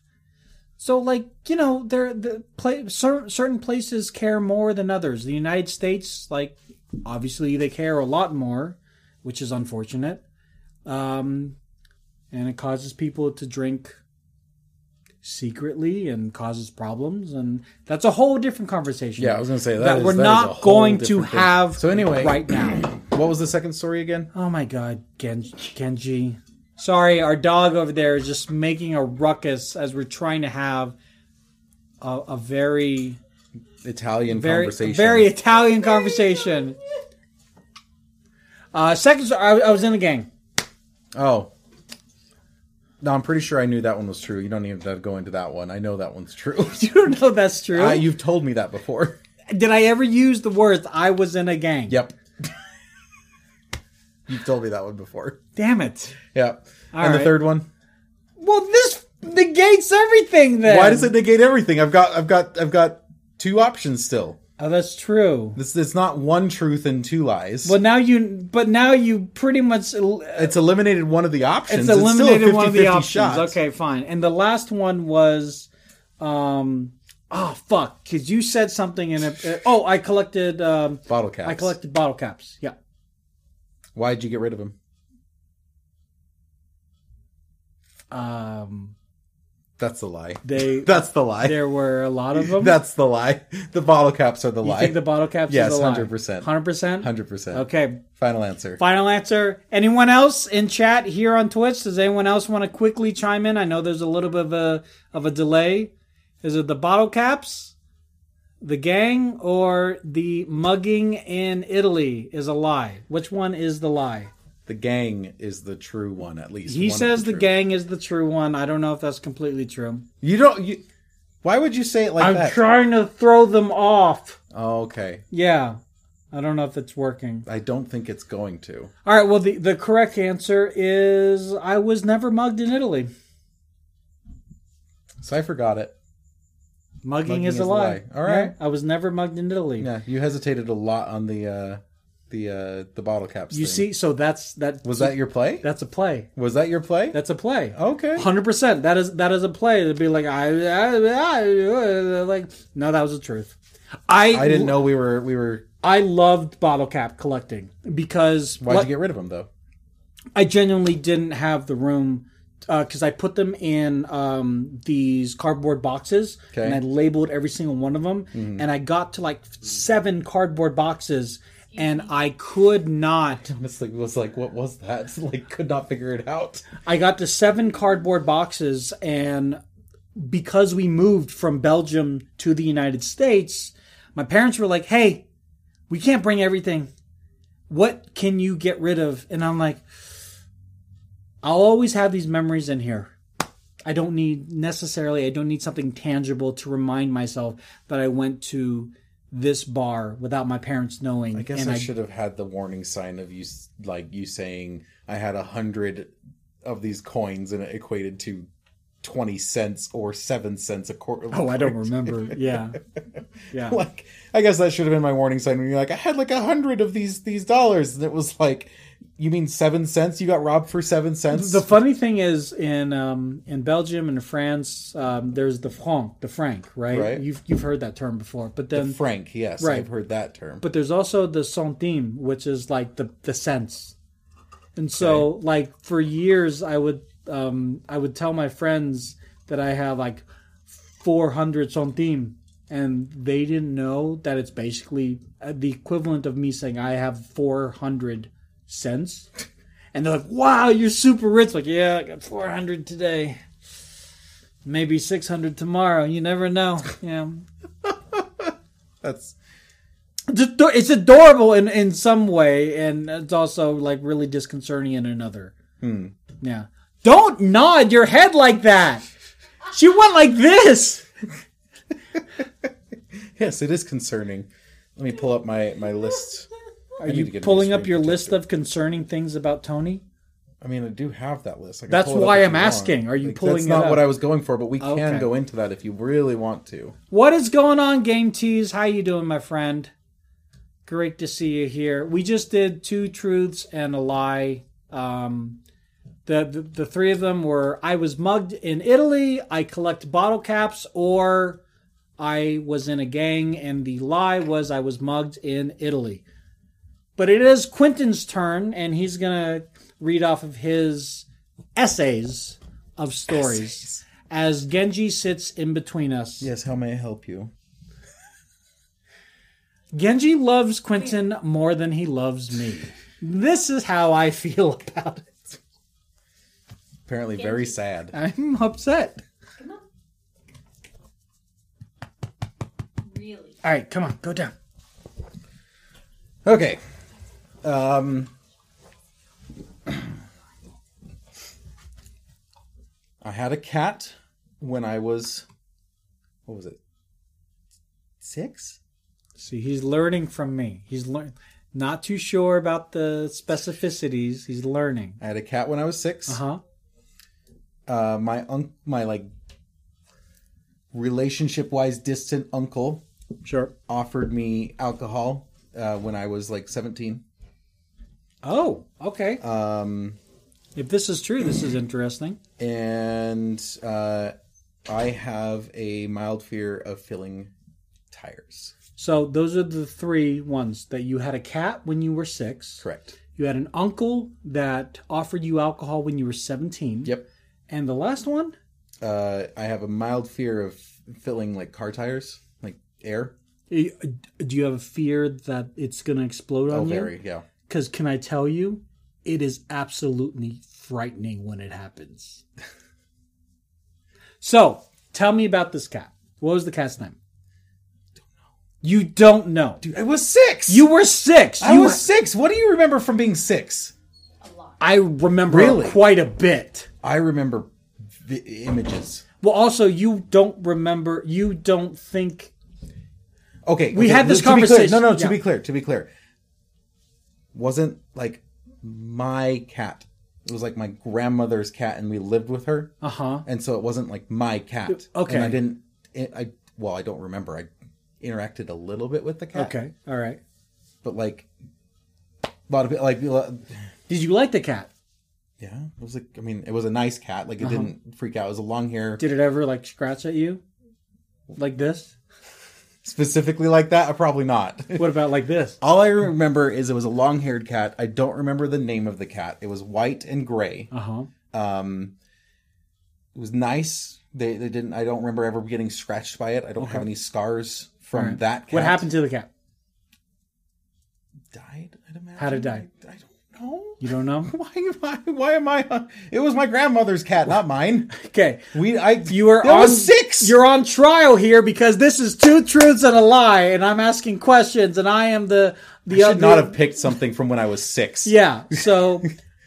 S1: So, like, you know, there the pla cer- certain places care more than others. The United States, like, obviously they care a lot more, which is unfortunate. Um, and it causes people to drink secretly and causes problems and that's a whole different conversation
S2: Yeah, I was gonna say, that
S1: that
S2: is-
S1: we're
S2: that is a
S1: not
S2: whole
S1: going to
S2: different thing.
S1: have
S2: So anyway-
S1: right
S2: *clears throat*
S1: now
S2: What was the second story again?
S1: Oh my god, Gen- Genji. Sorry, our dog over there is just making a ruckus as we're trying to have a, a very,
S2: Italian
S1: very,
S2: conversation.
S1: very Italian conversation. Uh, second, so- I, I was in a gang. *laughs*
S2: Oh. No, I'm pretty sure I knew that one was true. You don't even have to go into that one. I know that one's true. *laughs*
S1: You don't know that's true.
S2: I, Uh, you've told me that before. *laughs*
S1: Did I ever use the words "I was in a gang"?
S2: Yep. *laughs* you've told me that one before.
S1: Damn it.
S2: Yeah.
S1: All
S2: and
S1: right.
S2: the third one.
S1: Well, this negates everything. Then
S2: Why does it negate everything? I've got I've got I've got two options still.
S1: Oh, that's true.
S2: This it's not one truth and two lies.
S1: Well, now you, but now you pretty much el-
S2: it's eliminated one of the options.
S1: It's eliminated
S2: still a 50,
S1: one of the
S2: 50
S1: options.
S2: shot.
S1: Okay, fine. And the last one was, um, oh fuck, because you said something in it. uh, Oh, I collected. Um,
S2: Bottle caps.
S1: I collected bottle caps. Yeah.
S2: Why'd you get rid of them?
S1: Um,
S2: That's the lie. *laughs*
S1: they.
S2: That's the lie.
S1: there were a lot
S2: *laughs*
S1: of them.
S2: That's the lie. The bottle caps are the
S1: you
S2: lie. *laughs*
S1: think the bottle caps?
S2: Yes,
S1: is a lie?
S2: 100%.
S1: 100%?
S2: 100%.
S1: Okay.
S2: Final answer.
S1: Final answer. Anyone else in chat here on Twitch? Does anyone else want to quickly chime in? I know there's a little bit of a of a delay. Is it the bottle caps, the gang, or the mugging in Italy is a lie? Which one is the lie?
S2: The gang is the true one, at least.
S1: He
S2: one of
S1: says the,
S2: true-
S1: gang is the true one. I don't know if that's completely true.
S2: You don't. You, why would you say it like
S1: I'm
S2: that?
S1: trying to throw them off.
S2: oh, okay.
S1: Yeah. I don't know if it's working.
S2: I don't think it's going to.
S1: All right, well the the correct answer is I was never mugged in Italy.
S2: So I forgot it.
S1: Mugging,
S2: Mugging
S1: is, a lie.
S2: All right.
S1: Yeah, I was never mugged in Italy.
S2: Yeah, you hesitated a lot on the uh the uh the bottle caps.
S1: You
S2: thing.
S1: see, so that's that.
S2: was that your play?
S1: That's a play.
S2: Was that your play?
S1: That's a play.
S2: Okay.
S1: Hundred percent. That is that is a play. It'd be like I, I, I uh, like no, that was the truth. I
S2: I didn't know we were we were.
S1: I loved bottle cap collecting because
S2: Why'd
S1: what-
S2: you get rid of them though?
S1: I genuinely didn't have the room because I put them in um, these cardboard boxes
S2: Okay. Mm-hmm.
S1: and I labeled every single one of them. And I got to like seven cardboard boxes and I could not.
S2: This thing was like, what was that? *laughs* Like, could not figure it out.
S1: I got to seven cardboard boxes, and because we moved from Belgium to the United States, my parents were like, "Hey, we can't bring everything. What can you get rid of?" And I'm like, "I'll always have these memories in here. I don't need necessarily. I don't need something tangible to remind myself that I went to." This bar without my parents knowing.
S2: I guess I, should have had the warning sign of you, s- like you saying I had a hundred of these coins and it equated to twenty cents or seven cents a quarter.
S1: *laughs* Oh,
S2: *laughs*
S1: I don't remember. Yeah, yeah.
S2: Like, I guess that should have been my warning sign when you're like, I had like a hundred of these these dollars, and it was like, you mean seven cents? You got robbed for seven cents?
S1: The funny thing is, in um, in Belgium and in France, um, there's the franc, the franc, right?
S2: Right.
S1: You've you've heard that term before, but
S2: The
S1: then,
S2: franc, yes,
S1: Right.
S2: I've heard that term.
S1: but there's also the centime, which is like the the cents. And so, like for years, I would um, I would tell my friends that I have like 400 centime, and they didn't know that it's basically uh, the equivalent of me saying I have 400 cents. And they're like, wow, you're super rich. Like, yeah, I got 400 today. Maybe 600 tomorrow. You never know. Yeah.
S2: That's
S1: It's ador- it's adorable in, in some way, and it's also like really disconcerting in another.
S2: Hmm.
S1: Yeah. Don't nod your head like that. She went like this.
S2: yes, it is concerning. Let me pull up my my list.
S1: Are
S2: need to
S1: you
S2: get a
S1: pulling
S2: new
S1: up
S2: screen
S1: your list of concerning things about Tony?
S2: I mean, I do have that list. I can
S1: That's
S2: pull it up
S1: why
S2: if
S1: I'm
S2: you want.
S1: asking. Are you
S2: That's
S1: pulling it
S2: not
S1: up?
S2: what I was going for, but we
S1: Okay.
S2: can go into that if you really want to.
S1: What is going on, Game Tees? How you doing, my friend? Great to see you here. We just did two truths and a lie. Um, the, the the three of them were: I was mugged in Italy. I collect bottle caps, or I was in a gang. And the lie was I was mugged in Italy. But it is Quentin's turn, and he's gonna read off of his essays of stories. as Genji sits in between us.
S5: Yes, how may I help you?
S1: Genji loves Quentin more than he loves me. This is how I feel about it.
S2: Apparently, very sad.
S1: I'm upset.
S3: Come on. Really?
S1: All right, come on, go down.
S2: Okay. Um, I had a cat when I was, what was it? Six?
S1: See, he's learning from me. He's learn not too sure about the specificities. He's learning.
S2: I had a cat when I was 6
S1: Uh huh.
S2: Uh, my unc, my like relationship wise distant uncle
S1: Sure.
S2: offered me alcohol uh, when I was like 17.
S1: Oh, okay.
S2: Um,
S1: if this is true, this is interesting.
S2: and uh, I have a mild fear of filling tires.
S1: So those are the three ones that you had a cat when you were six.
S2: Correct.
S1: You had an uncle that offered you alcohol when you were seventeen.
S2: Yep.
S1: And the last one,
S2: Uh, I have a mild fear of filling like car tires, like air.
S1: Eh, do you have a fear that it's going to explode
S2: Oh,
S1: on you?
S2: very yeah.
S1: Because can I tell you, it is absolutely frightening when it
S2: *laughs*
S1: happens. so tell me about this cat. What was the cat's name? You don't know.
S2: Dude, I was six.
S1: You were six.
S2: I
S1: you
S2: was
S1: were-
S2: six. What do you remember from being six?
S3: A lot.
S1: I remember
S2: Really?
S1: quite a bit.
S2: I remember vi- images.
S1: Well, also you don't remember. You don't think.
S2: Okay,
S1: We
S2: okay,
S1: had this
S2: to be clear-
S1: conversation,
S2: No, no. To
S1: yeah.
S2: be clear, to be clear, wasn't like my cat. It was like my grandmother's cat, and we lived with her.
S1: Uh huh.
S2: and so it wasn't like my cat.
S1: Okay.
S2: and I didn't. It, I well, I don't remember. I interacted a little bit with the cat.
S1: Okay. All right.
S2: but like a lot of people, like
S1: Did you like the cat?
S2: yeah, it was like I mean, it was a nice cat. Like it
S1: Uh-huh.
S2: didn't freak out. It was a long hair,
S1: Did it ever like scratch at you? Like this?
S2: specifically like that. uh, Probably not. *laughs*
S1: What about like this?
S2: All I remember is it was a long haired cat. I don't remember the name of the cat. It was white and gray.
S1: Uh huh.
S2: Um, it was nice. They, they didn't. I don't remember ever getting scratched by it. I don't have any scars from
S1: Alright.
S2: that. cat.
S1: What happened to the cat?
S2: died. I'd imagine.
S1: How did it die?
S2: I, I don't know.
S1: You don't know?
S2: *laughs* Why am I? Why am I? uh, It was my grandmother's cat, not mine.
S1: *laughs* Okay.
S2: We, I,
S1: You are
S2: That
S1: on
S2: was six.
S1: You're on trial here because this is two truths and a lie, and I'm asking questions, and I am the the
S2: I should
S1: other-
S2: not have picked something from when I was
S1: *laughs*
S2: six.
S1: Yeah.
S2: *laughs*
S1: So,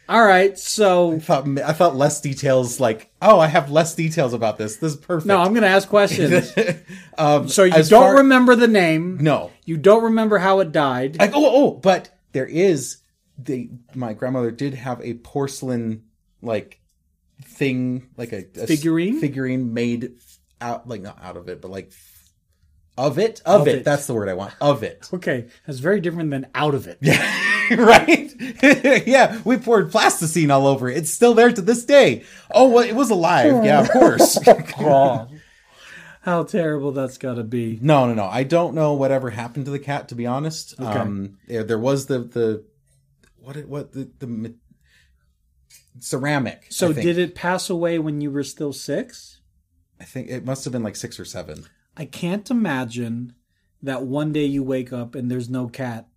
S1: all right. So
S2: I thought, I thought less details. Like, oh, I have less details about this. This is perfect.
S1: no, I'm going to ask questions.
S2: *laughs* um,
S1: So you
S2: as
S1: don't
S2: far-
S1: remember the name.
S2: No,
S1: You don't remember how it died.
S2: like, oh, oh, but there is the my grandmother did have a porcelain like thing, like a, a s-
S1: Figurine?
S2: figurine made out, like not out of it, but like of it, of,
S1: Of
S2: it.
S1: it.
S2: That's the word I want. Of it.
S1: okay, that's very different than out of it.
S2: *laughs* right? *laughs* yeah, we poured plasticine all over it. It's still there to this day. Oh, well, it was alive. Yeah, of
S1: Hmm.
S2: course.
S1: *laughs*
S2: *laughs*
S1: How terrible that's got to be.
S2: no, no, no. I don't know whatever happened to the cat. To be honest, um, yeah, there was the the what it- what the, the ma- ceramic.
S1: So did it pass away when you were still six?
S2: I think it must have been like six or seven.
S1: I can't imagine that one day you wake up and there's no cat,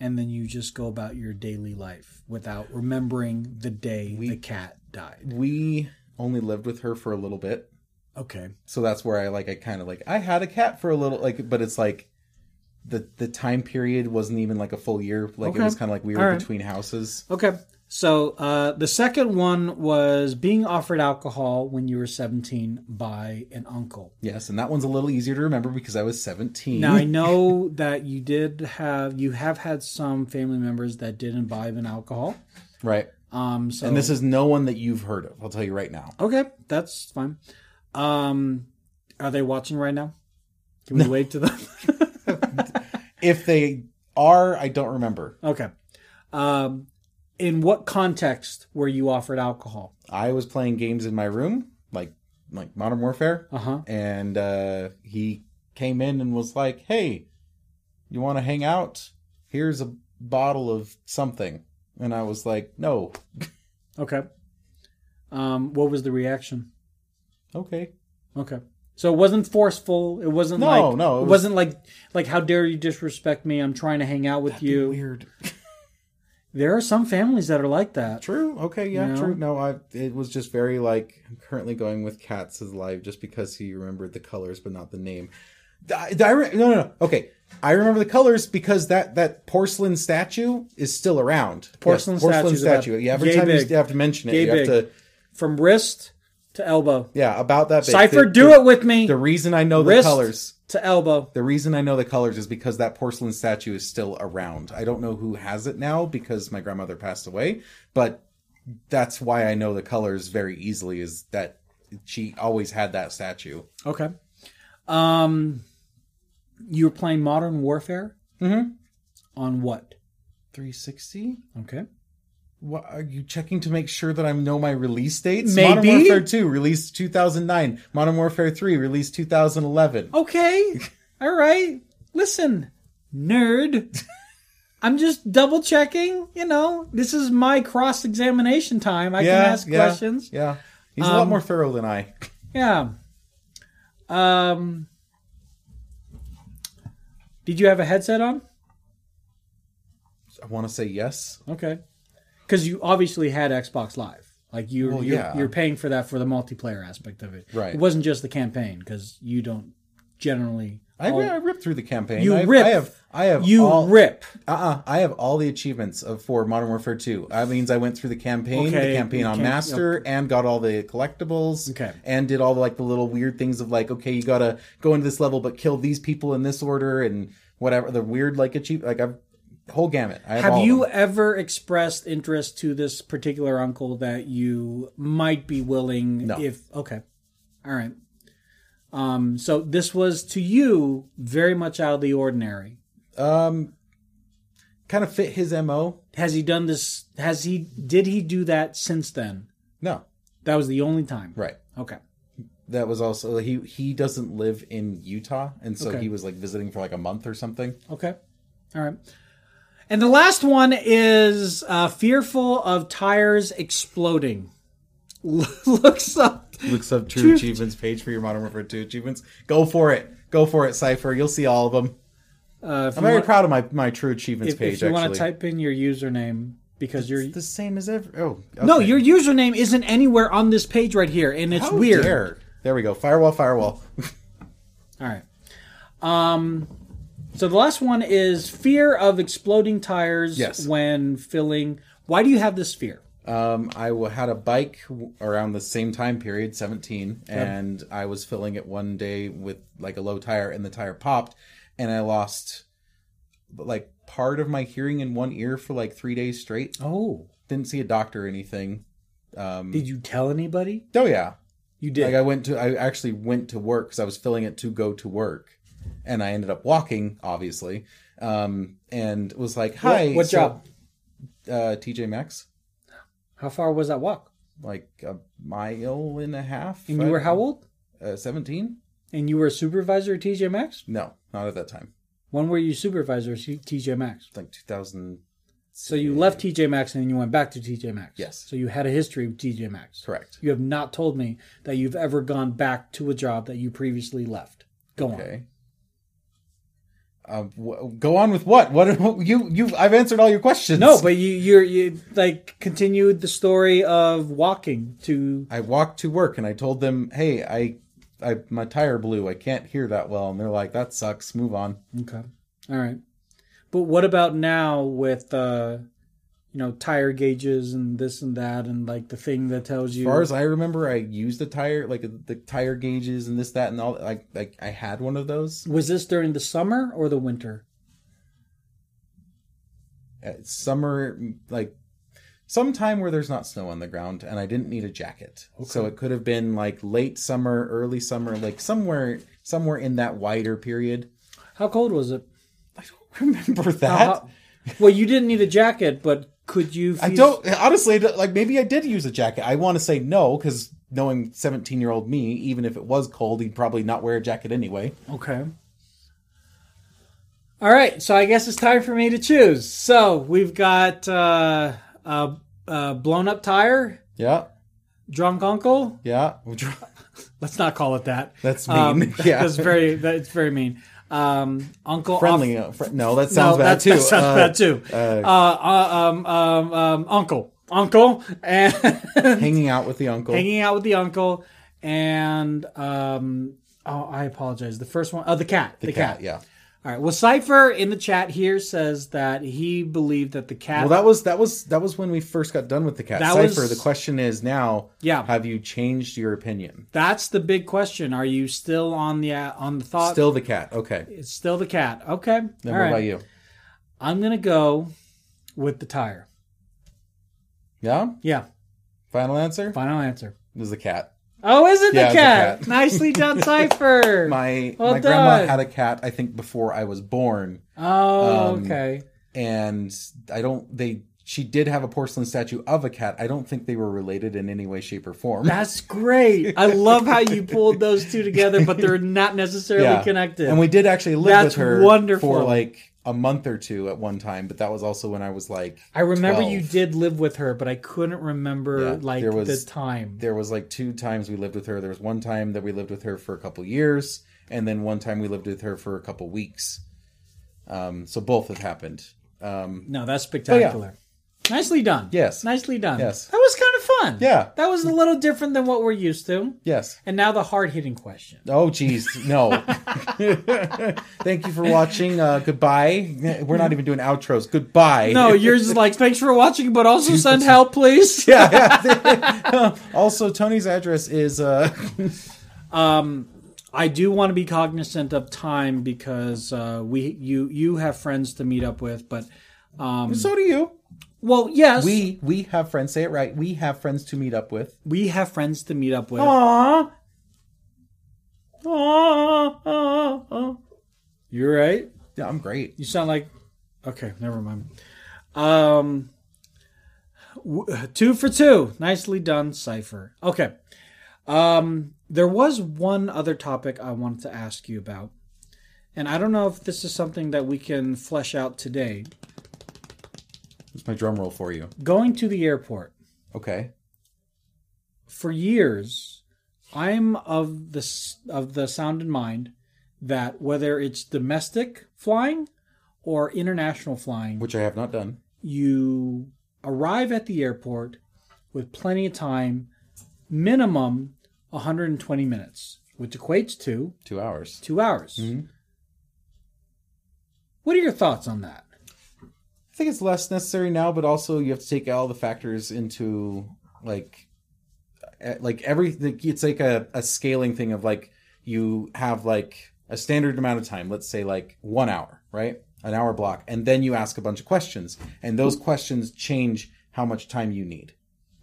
S1: and then you just go about your daily life without remembering the day the cat died.
S2: We only lived with her for a little bit,
S1: Okay.
S2: so that's where I like I kind of like I had a cat for a little like, but it's like. The, the time period wasn't even like a full year. Like it
S1: Okay.
S2: was kind of like we
S1: All
S2: were
S1: right.
S2: between houses.
S1: Okay. So uh, the second one was being offered alcohol when you were 17 by an uncle.
S2: Yes, and that one's a little easier to remember because I was 17.
S1: Now I
S2: *laughs*
S1: know that you did have you have had some family members that did imbibe in alcohol.
S2: right.
S1: Um, so
S2: And this is no one that you've heard of. I'll tell you right now.
S1: okay. That's fine. Um, are they watching right now? Can we wave to them?
S2: If they are, I don't remember.
S1: *laughs* okay. Um, in what context were you offered alcohol?
S2: I was playing games in my room, like like Modern Warfare,
S1: Uh huh.
S2: and uh, he came in and was like, "Hey, you want to hang out? Here's a bottle of something." And I was like, "No."
S1: Okay. Um, what was the reaction?
S2: Okay.
S1: Okay. So it wasn't forceful. It wasn't
S2: No,
S1: like
S2: no,
S1: It,
S2: it was-
S1: was, not like like how dare you disrespect me? I'm trying to hang out with you.
S2: Weird.
S1: There are some families that are like that.
S2: True. Okay. Yeah.
S1: No.
S2: True. No, I. It was just very like. I'm currently going with Cats is live just because he remembered the colors but not the name. I, I re- no, no, no. Okay. I remember the colors because that that porcelain statue is still around.
S1: Porcelain
S2: porcelain
S1: statue's about
S2: statue. Yeah. Every
S1: yay
S2: time you
S1: big.
S2: you have to mention it,
S1: Yay
S2: you have
S1: big.
S2: to.
S1: From wrist to elbow.
S2: Yeah. About that. Big.
S1: Cipher,
S2: The-
S1: do
S2: the-
S1: it with me.
S2: The reason I know the
S1: Wrist
S2: colors.
S1: to elbow.
S2: The reason I know the colors is because that porcelain statue is still around. I don't know who has it now because my grandmother passed away, but that's why I know the colors very easily is that she always had that statue.
S1: Okay. Um, you were playing Modern Warfare
S2: Mhm.
S1: on what?
S2: 360?
S1: Okay.
S2: What are you checking to make sure that I know my release dates? Modern
S1: Maybe.
S2: Warfare 2 released 2009, Modern Warfare 3 released 2011. *laughs*
S1: Okay. All right. Listen,
S2: *laughs*
S1: nerd. I'm just double checking. You know, this is my cross examination time. I can ask
S2: yeah,
S1: questions.
S2: Yeah. He's a lot
S1: Um,
S2: more thorough than I.
S1: Yeah. Um. Did you have a headset on?
S2: I want to say yes.
S1: Okay. Because you obviously had Xbox Live. Like you,
S2: Well,
S1: you're,
S2: yeah.
S1: you're paying for that for the multiplayer aspect of it.
S2: Right.
S1: It wasn't just the campaign because you don't generally.
S2: I,
S1: all-
S2: I ripped through the campaign.
S1: You
S2: I,
S1: rip.
S2: I have. I have.
S1: you
S2: all,
S1: rip.
S2: Uh-uh. I have all the achievements of for Modern Warfare 2. That means I went through the campaign,
S1: Okay,
S2: the campaign
S1: you
S2: on
S1: can't-
S2: Master, and got all the collectibles.
S1: Okay.
S2: And did all the, like the little weird things of like, okay, you gotta go into this level, but kill these people in this order and whatever. The weird like achieve like I've whole gamut. I have, all
S1: Have
S2: of
S1: you
S2: them.
S1: ever expressed interest to this particular uncle that you might be willing?
S2: No.
S1: If okay, all right. Um, so this was to you very much out of the ordinary.
S2: um kind of fit his MO?
S1: Has he done this? Has he? Did he do that since then?
S2: No.
S1: That was the only time.
S2: Right.
S1: Okay.
S2: That was also he he doesn't live in Utah, and so
S1: Okay.
S2: he was like visiting for like a month or something.
S1: Okay. All right. And the last one is uh, fearful of tires exploding. *laughs* Looks up.
S2: Looks up true,
S1: True-
S2: achievements page for your Modern Warfare 2 achievements. Go for it. Go for it, Cypher. You'll see all of them.
S1: Uh, if
S2: I'm
S1: you
S2: very
S1: want-
S2: proud of my, my true achievements
S1: if,
S2: page,
S1: if you want
S2: actually.
S1: to type in your username because you're
S2: It's the same as ever. Oh,
S1: no
S2: okay.
S1: your username isn't anywhere on this page right here and it's
S2: How
S1: weird
S2: dare. There we go. Firewall, firewall.
S1: all right um so the last one is fear of exploding tires
S2: Yes.
S1: when filling why do you have this fear
S2: Um, I w- had a bike w- around the same time period, 17, and I was filling it one day with like a low tire, and the tire popped, and I lost like part of my hearing in one ear for like three days straight.
S1: oh
S2: Didn't see a doctor or anything. Um,
S1: did you tell anybody
S2: oh, yeah.
S1: you did
S2: Like I went to, I actually went to work because I was filling it to go to work, and I ended up walking, obviously, um, and was like, "Hi,
S1: what, what
S2: so-
S1: job
S2: Uh, TJ Maxx,
S1: how far was that walk
S2: like a mile and a half.
S1: and you were how old
S2: Uh, Seventeen?
S1: and you were a supervisor at tj maxx
S2: no, not at that time.
S1: when were you supervisor at tj maxx
S2: Like two thousand.
S1: so you left tj maxx and then you went back to tj maxx
S2: Yes.
S1: so you had a history with tj maxx
S2: Correct.
S1: You have not told me that you've ever gone back to a job that you previously left. Go on.
S2: Okay. Um, wh- go on with what? What *laughs* what- you you? I've answered all your questions.
S1: No, but you you're you like continued the story of walking to
S2: I walked to work and I told them, "Hey, I, I my tire blew. I can't hear that well." And they're like, "That sucks. Move on."
S1: Okay. All right. But what about now with uh you know tire gauges and this and that and like the thing that tells you
S2: As far as I remember, I used the tire, like the tire gauges and this, that, and all. Like, like I had one of those
S1: was this during the summer or the winter?
S2: at Uh, summer, like sometime where there's not snow on the ground, and I didn't need a jacket, so it could have been like late summer, early summer, like somewhere, somewhere in that wider period.
S1: How cold was it?
S2: I don't *laughs* remember
S1: How-
S2: that.
S1: how- well, you didn't need a jacket, but could you?
S2: I
S1: feel-
S2: don't honestly I don't- like maybe I did use a jacket. I want to say no because knowing 17 year old me, even if it was cold, he'd probably not wear a jacket anyway.
S1: Okay. All right, so I guess it's time for me to choose. So we've got uh, uh, uh, blown up tire,
S2: Yeah,
S1: drunk uncle,
S2: yeah. *laughs*
S1: Let's not call it that.
S2: That's
S1: Um, *laughs*
S2: mean. Yeah.
S1: that's very that's very mean. Um, Uncle
S2: Friendly.
S1: Off-
S2: uh, fr- no, that sounds
S1: no,
S2: bad
S1: that,
S2: too.
S1: That sounds
S2: Uh,
S1: bad too. Uh, uh, um, um, um, uncle, uncle, and *laughs*
S2: Hanging out with the uncle.
S1: hanging out with the uncle, and um, oh, I apologize. The first one, oh, the cat, the,
S2: cat. Yeah.
S1: All right. Well, Cipher in the chat here says that he believed that the cat.
S2: Well, that was that was that was when we first got done with the cat
S1: That
S2: cipher.
S1: was-
S2: The question is now.
S1: Yeah.
S2: Have you changed your opinion?
S1: that's the big question. Are you still on the uh, on the thought?
S2: Still the cat. Okay.
S1: It's still the cat. Okay.
S2: Then
S1: All
S2: what
S1: right.
S2: about you?
S1: I'm gonna go with the tire.
S2: Yeah.
S1: Yeah.
S2: Final answer
S1: Final answer.
S2: It was the cat.
S1: Oh, is it the
S2: Yeah, it's a
S1: cat? *laughs*
S2: cat.
S1: Nicely
S2: *laughs*
S1: done, Cipher.
S2: My
S1: Well
S2: my grandma
S1: done.
S2: had a cat. I think before I was born,
S1: oh,
S2: um,
S1: okay.
S2: and I don't. They she did have a porcelain statue of a cat. I don't think they were related in any way, shape, or form.
S1: That's great. I love how you pulled those two together, but they're not necessarily connected.
S2: And we did actually live
S1: That's
S2: with her
S1: wonderful.
S2: for like a month or two at one time, but that was also when I was like
S1: I remember
S2: 12.
S1: you did live with her, but I couldn't remember
S2: Yeah,
S1: like
S2: there was-
S1: the time.
S2: there was like two times we lived with her. There was one time that we lived with her for a couple years, and then one time we lived with her for a couple weeks. Um, so both have happened. Um,
S1: No, that's spectacular. Nicely done.
S2: Yes.
S1: Nicely done.
S2: Yes.
S1: That was kind of fun.
S2: Yeah.
S1: That was a little different than what we're used to.
S2: yes.
S1: And now the hard hitting question.
S2: Oh geez, no. *laughs* Thank you for watching. Uh, goodbye. We're not even doing outros. Goodbye.
S1: No, you're *laughs* just like, thanks for watching, but also send help, please.
S2: *laughs* also, Tony's address is uh, *laughs*
S1: I do want to be cognizant of time because uh, we you you have friends to meet up with, but um,
S2: so do you.
S1: well, yes,
S2: We we have friends. Say it right. We have friends to meet up with.
S1: we have friends to meet up with.
S2: Aww. Aww. Aww.
S1: You're right.
S2: Yeah, I'm great.
S1: You sound like okay. Never mind. Um, w- two for two. Nicely done, Cipher. Okay. Um, there was one other topic I wanted to ask you about, and I don't know if this is something that we can flesh out today.
S2: That's my drum roll for you.
S1: Going to the airport.
S2: Okay.
S1: for years i'm of the s- of the sound in mind that whether it's domestic flying or international flying
S2: Which I have not done.
S1: you arrive at the airport with plenty of time minimum 120 minutes which equates to
S2: Two hours.
S1: 2 hours
S2: Mhm.
S1: what are your thoughts on that
S2: I think it's less necessary now, but also you have to take all the factors into like, eh, like everything. It's like a, a scaling thing of like you have like a standard amount of time. Let's say like one hour, right? An hour block, and then you ask a bunch of questions, and those questions change how much time you need.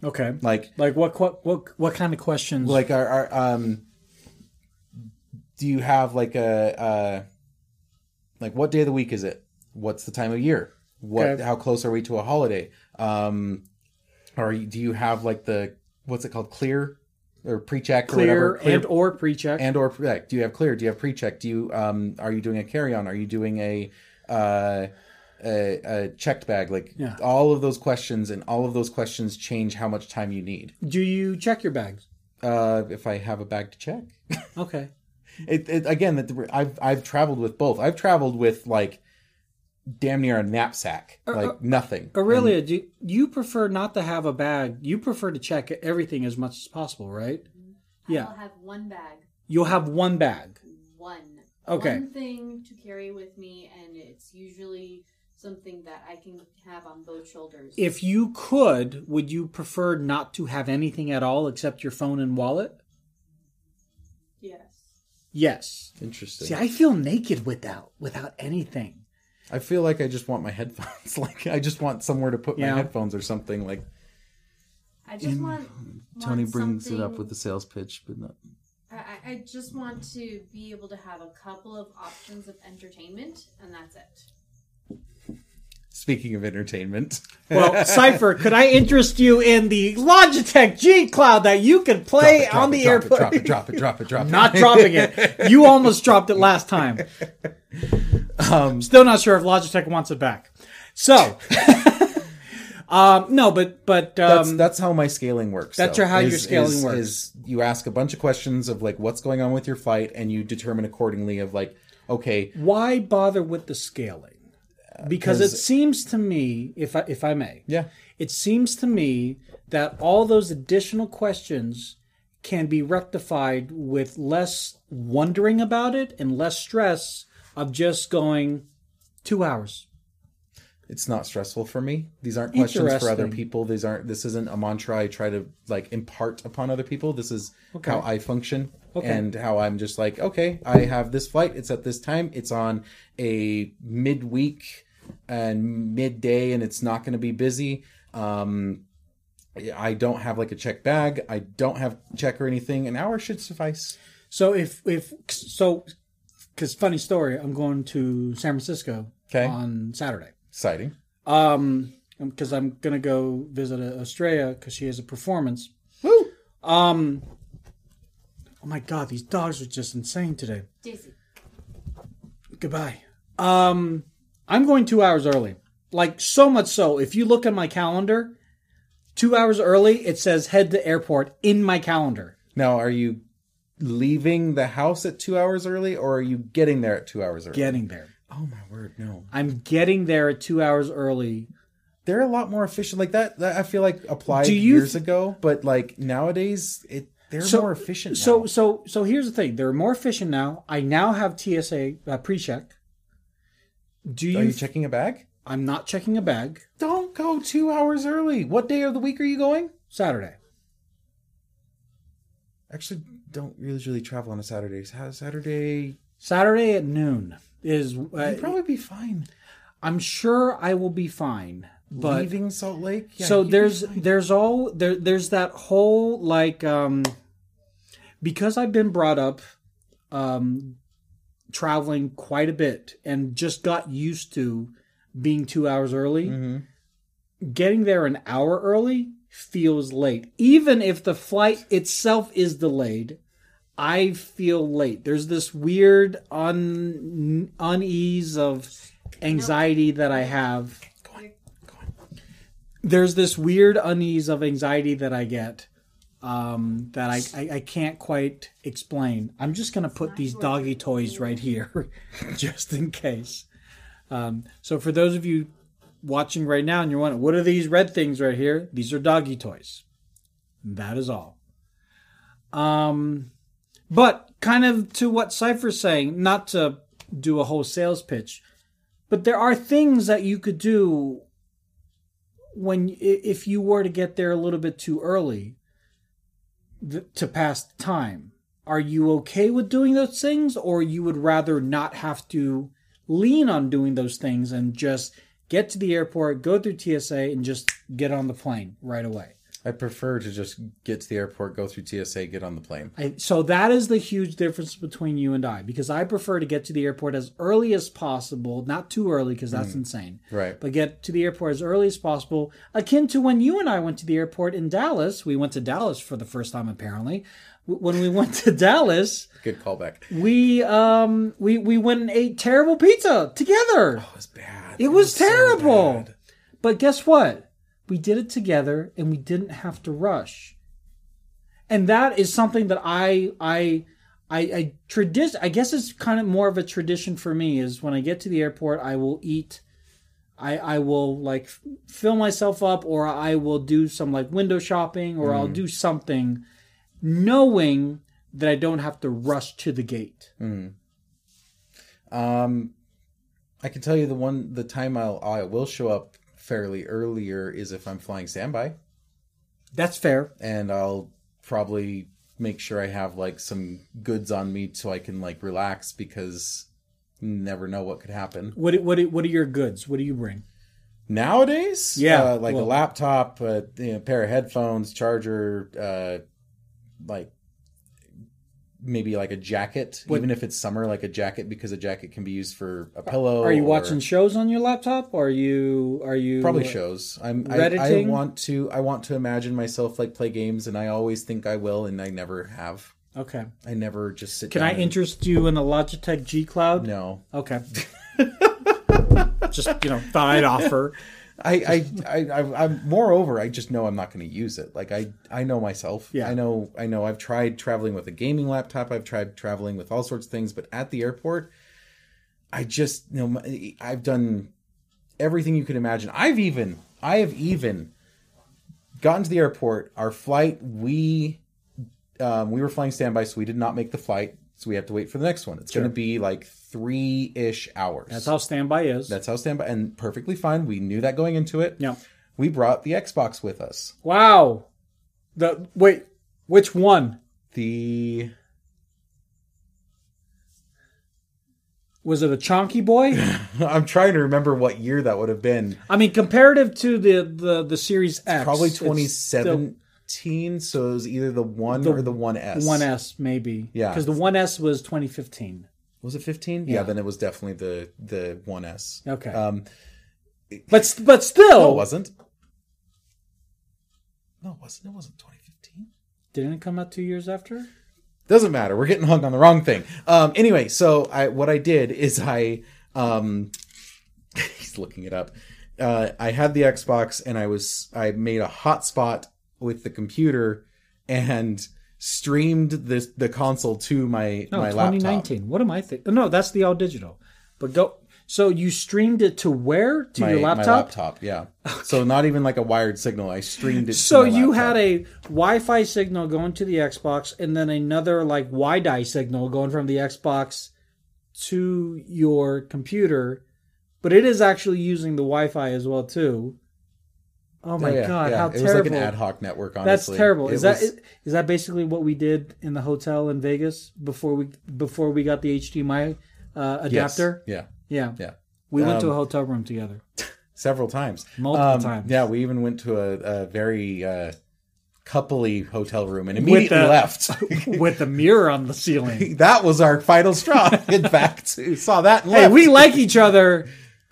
S1: okay
S2: Like
S1: like what what what, what kind of questions
S2: like are, are um do you have like a uh like what day of the week is it what's the time of year what
S1: Okay.
S2: how close are we to a holiday um or do you have like the what's it called clear or pre-check or
S1: clear,
S2: whatever
S1: and or pre-check
S2: and or pre-check do you have clear do you have pre-check do you um are you doing a carry-on are you doing a uh a, a checked bag like
S1: Yeah.
S2: all of those questions and all of those questions change how much time you need
S1: do you check your bags
S2: uh if i have a bag to check
S1: okay
S2: it, it again that the- I've I've traveled with both. I've traveled with like damn near a knapsack,
S1: Uh,
S2: like nothing.
S1: Aurelia, do you prefer not to have a bag? You prefer to check everything as much as possible, right? Yeah.
S3: I'll have one bag.
S1: You'll have one bag.
S3: One.
S1: Okay.
S3: One thing to carry with me, and it's usually something that I can have on both shoulders.
S1: If you could, would you prefer not to have anything at all except your phone and wallet?
S3: yes.
S1: Yes.
S2: Interesting.
S1: See, I feel naked without without anything.
S2: I feel like I just want my headphones. *laughs* like I just want somewhere to put
S1: Yeah.
S2: my headphones or something. Like
S3: I just want.
S2: Tony
S3: want
S2: brings it up
S3: something-
S2: with the sales pitch, but not.
S3: I, I- I just want to be able to have a couple of options of entertainment, and that's it.
S2: Speaking
S1: *laughs*
S2: of entertainment,
S1: Well, Cypher, could I interest you in the Logitech G Cloud that you can play
S2: Drop it, drop
S1: on
S2: it,
S1: the
S2: drop
S1: airport?
S2: It, drop it, drop it, drop it, drop it.
S1: not dropping it.
S2: *laughs*
S1: You almost dropped it last time. Um, Still not sure if Logitech wants it back. So, *laughs* Um, no, but but
S2: That's
S1: um,
S2: that's how my scaling works.
S1: that's
S2: though,
S1: your- how your scaling
S2: is-
S1: works.
S2: Is you ask a bunch of questions of like what's going on with your fight, and you determine accordingly of like, okay,
S1: why bother with the scaling? Because it seems to me, if I, if I may,
S2: yeah,
S1: it seems to me that all those additional questions can be rectified with less wondering about it and less stress of just going two hours.
S2: it's not stressful for me. These aren't questions for other
S1: Interesting.
S2: people. These aren't. This isn't a mantra I try to like impart upon other people. This is how I function and how I'm just like, okay, I have this flight. It's at this time. It's on a midweek and midday, and it's not going to be busy. Um, I don't have like a check bag. I don't have check or anything. An hour should suffice.
S1: So if if so, because funny story, I'm going to San Francisco
S2: Okay.
S1: on Saturday.
S2: Exciting.
S1: Um, because I'm gonna go visit uh, Estrella because she has a performance.
S2: Woo!
S1: Um. Oh my god, these dogs are just insane today.
S3: Daisy.
S1: Goodbye. Um, I'm going two hours early. Like so much so, if you look at my calendar, two hours early it says head to airport in my calendar.
S2: Now, are you leaving the house at two hours early, or are you getting there at two hours early?
S1: Getting there.
S2: Oh my word, no.
S1: I'm getting there at two hours early.
S2: They're a lot more efficient. Like that, that I feel like applied
S1: Do you
S2: years ago, but like nowadays, it they're
S1: So-
S2: more efficient.
S1: So
S2: now.
S1: so so here's the thing: they're more efficient now. I now have TSA uh, pre-check. Do you?
S2: are you checking a bag?
S1: I'm not checking a bag
S2: Don't go two hours early. What day of the week are you going?
S1: Saturday.
S2: Actually, don't usually travel on a Saturday. Sa- Saturday,
S1: Saturday at noon is.
S2: you'd
S1: Uh,
S2: probably be fine.
S1: I'm sure I will be fine, but
S2: Leaving Salt Lake. Yeah,
S1: so
S2: you'd be
S1: there's
S2: fine.
S1: there's all there there's that whole like um because I've been brought up um traveling quite a bit and just got used to being 2 hours early getting there an hour early feels late even if the flight itself is delayed I feel late there's this weird un unease of anxiety that I have there's this weird unease of anxiety that I get um, that I, I, I can't quite explain. I'm just going to put these doggy toys right here *laughs* just in case. Um, so, for those of you watching right now and you're wondering, what are these red things right here? These are doggy toys. That is all. Um, but kind of to what Cypher's saying, not to do a whole sales pitch, but there are things that you could do when i- if you were to get there a little bit too early th- to pass the time are you okay with doing those things or you would rather not have to lean on doing those things and just get to the airport go through tsa and just get on the plane right away
S2: I prefer to just get to the airport, go through TSA, get on the plane.
S1: I, so that is the huge difference between you and i because i prefer to get to the airport as early as possible not too early because that's insane
S2: Right.
S1: but get to the airport as early as possible, akin to when you and I went to the airport in Dallas. We went to Dallas for the first time, apparently. W- When we went to *laughs* Dallas,
S2: Good callback.
S1: we um we we went and ate terrible pizza together.
S2: Oh, It was bad.
S1: It was
S2: so
S1: terrible.
S2: bad.
S1: But guess what? We did it together and we didn't have to rush. And that is something that I I I, I tradition I guess it's kind of more of a tradition for me is when I get to the airport I will eat I I will like f- fill myself up or I will do some like window shopping or
S2: Mm.
S1: I'll do something knowing that I don't have to rush to the gate.
S2: Um, I can tell you the one the time I'll I will show up fairly earlier is if I'm flying standby,
S1: That's fair.
S2: and I'll probably make sure I have like some goods on me so I can like relax because you never know what could happen
S1: What what what are your goods? What do you bring?
S2: nowadays.
S1: Yeah,
S2: uh, like
S1: well-
S2: a laptop, a you know, pair of headphones, charger, uh, like maybe like a jacket,
S1: What-
S2: even if it's summer, like a jacket because a jacket can be used for a pillow.
S1: Are you
S2: or-
S1: watching shows on your laptop? Or are you are you
S2: probably shows. I'm I, I
S1: Redditing?
S2: want to I want to imagine myself like play games, and I always think I will, and I never have.
S1: Okay.
S2: I never just sit.
S1: Can
S2: down
S1: I
S2: and-
S1: interest you in a Logitech G Cloud?
S2: No,
S1: *laughs* Okay. Just you know, thought I'd offer.
S2: I, I, I, I, I'm moreover, I just know I'm not going to use it. Like I, I know myself.
S1: Yeah.
S2: I know, I know. I've tried traveling with a gaming laptop. I've tried traveling with all sorts of things, but at the airport, I just you know my- I've done everything you could imagine. I've even, I have even gotten to the airport. Our flight, we, um, we were flying standby, so we did not make the flight. So we have to wait for the next one. It's going to be like three ish hours.
S1: That's how standby is.
S2: That's how standby and perfectly fine. We knew that going into it.
S1: yeah.
S2: We brought the Xbox with us.
S1: Wow. The wait, which one
S2: The *laughs*
S1: was it? A chonky boy?
S2: I'm trying to remember what year that would have been.
S1: I mean, comparative to the the the Series X,
S2: Probably
S1: it's
S2: 2017. So it was either the one or the one S.
S1: still One S maybe.
S2: Yeah.
S1: Because the One S was
S2: *laughs*
S1: 2015.
S2: was it 15? Yeah. then it was definitely the the one S.
S1: Okay. Oh.
S2: Um,
S1: But s- but still,
S2: no, it wasn't. No, it wasn't. It wasn't 2015.
S1: didn't it come out two years after?
S2: doesn't matter we're getting hung on the wrong thing um anyway so i what i did is i um *laughs* he's looking it up uh i had the xbox and i was i made a hotspot with the computer and streamed this the console to my
S1: No,
S2: my laptop
S1: 2019. What am I thinking? No, that's the all digital. But go. So you streamed it to where? To
S2: my,
S1: your
S2: my
S1: laptop?
S2: laptop yeah so not even like a wired signal i streamed it to
S1: So
S2: my
S1: you
S2: laptop.
S1: had a Wi-Fi signal going to the Xbox, and then another like Wi-Fi signal going from the Xbox to your computer, but it is actually using the Wi-Fi as well too. Oh my
S2: Yeah,
S1: god,
S2: yeah.
S1: how
S2: it
S1: terrible!
S2: was like an ad hoc network
S1: That's
S2: honestly
S1: terrible.
S2: It
S1: Is that
S2: was-
S1: is that basically what we did in the hotel in Vegas before we before we got the HDMI uh,
S2: yes.
S1: adapter?
S2: yeah
S1: Yeah,
S2: yeah
S1: we went to
S2: Um,
S1: a hotel room
S2: *laughs*
S1: together.
S2: several times Um,
S1: Multiple times.
S2: yeah we even went to a, a very uh coupley hotel room and immediately
S1: the-
S2: left *laughs*
S1: With the mirror on the ceiling.
S2: that was our final straw *laughs* in fact we saw that and
S1: Hey,
S2: left.
S1: we like each other,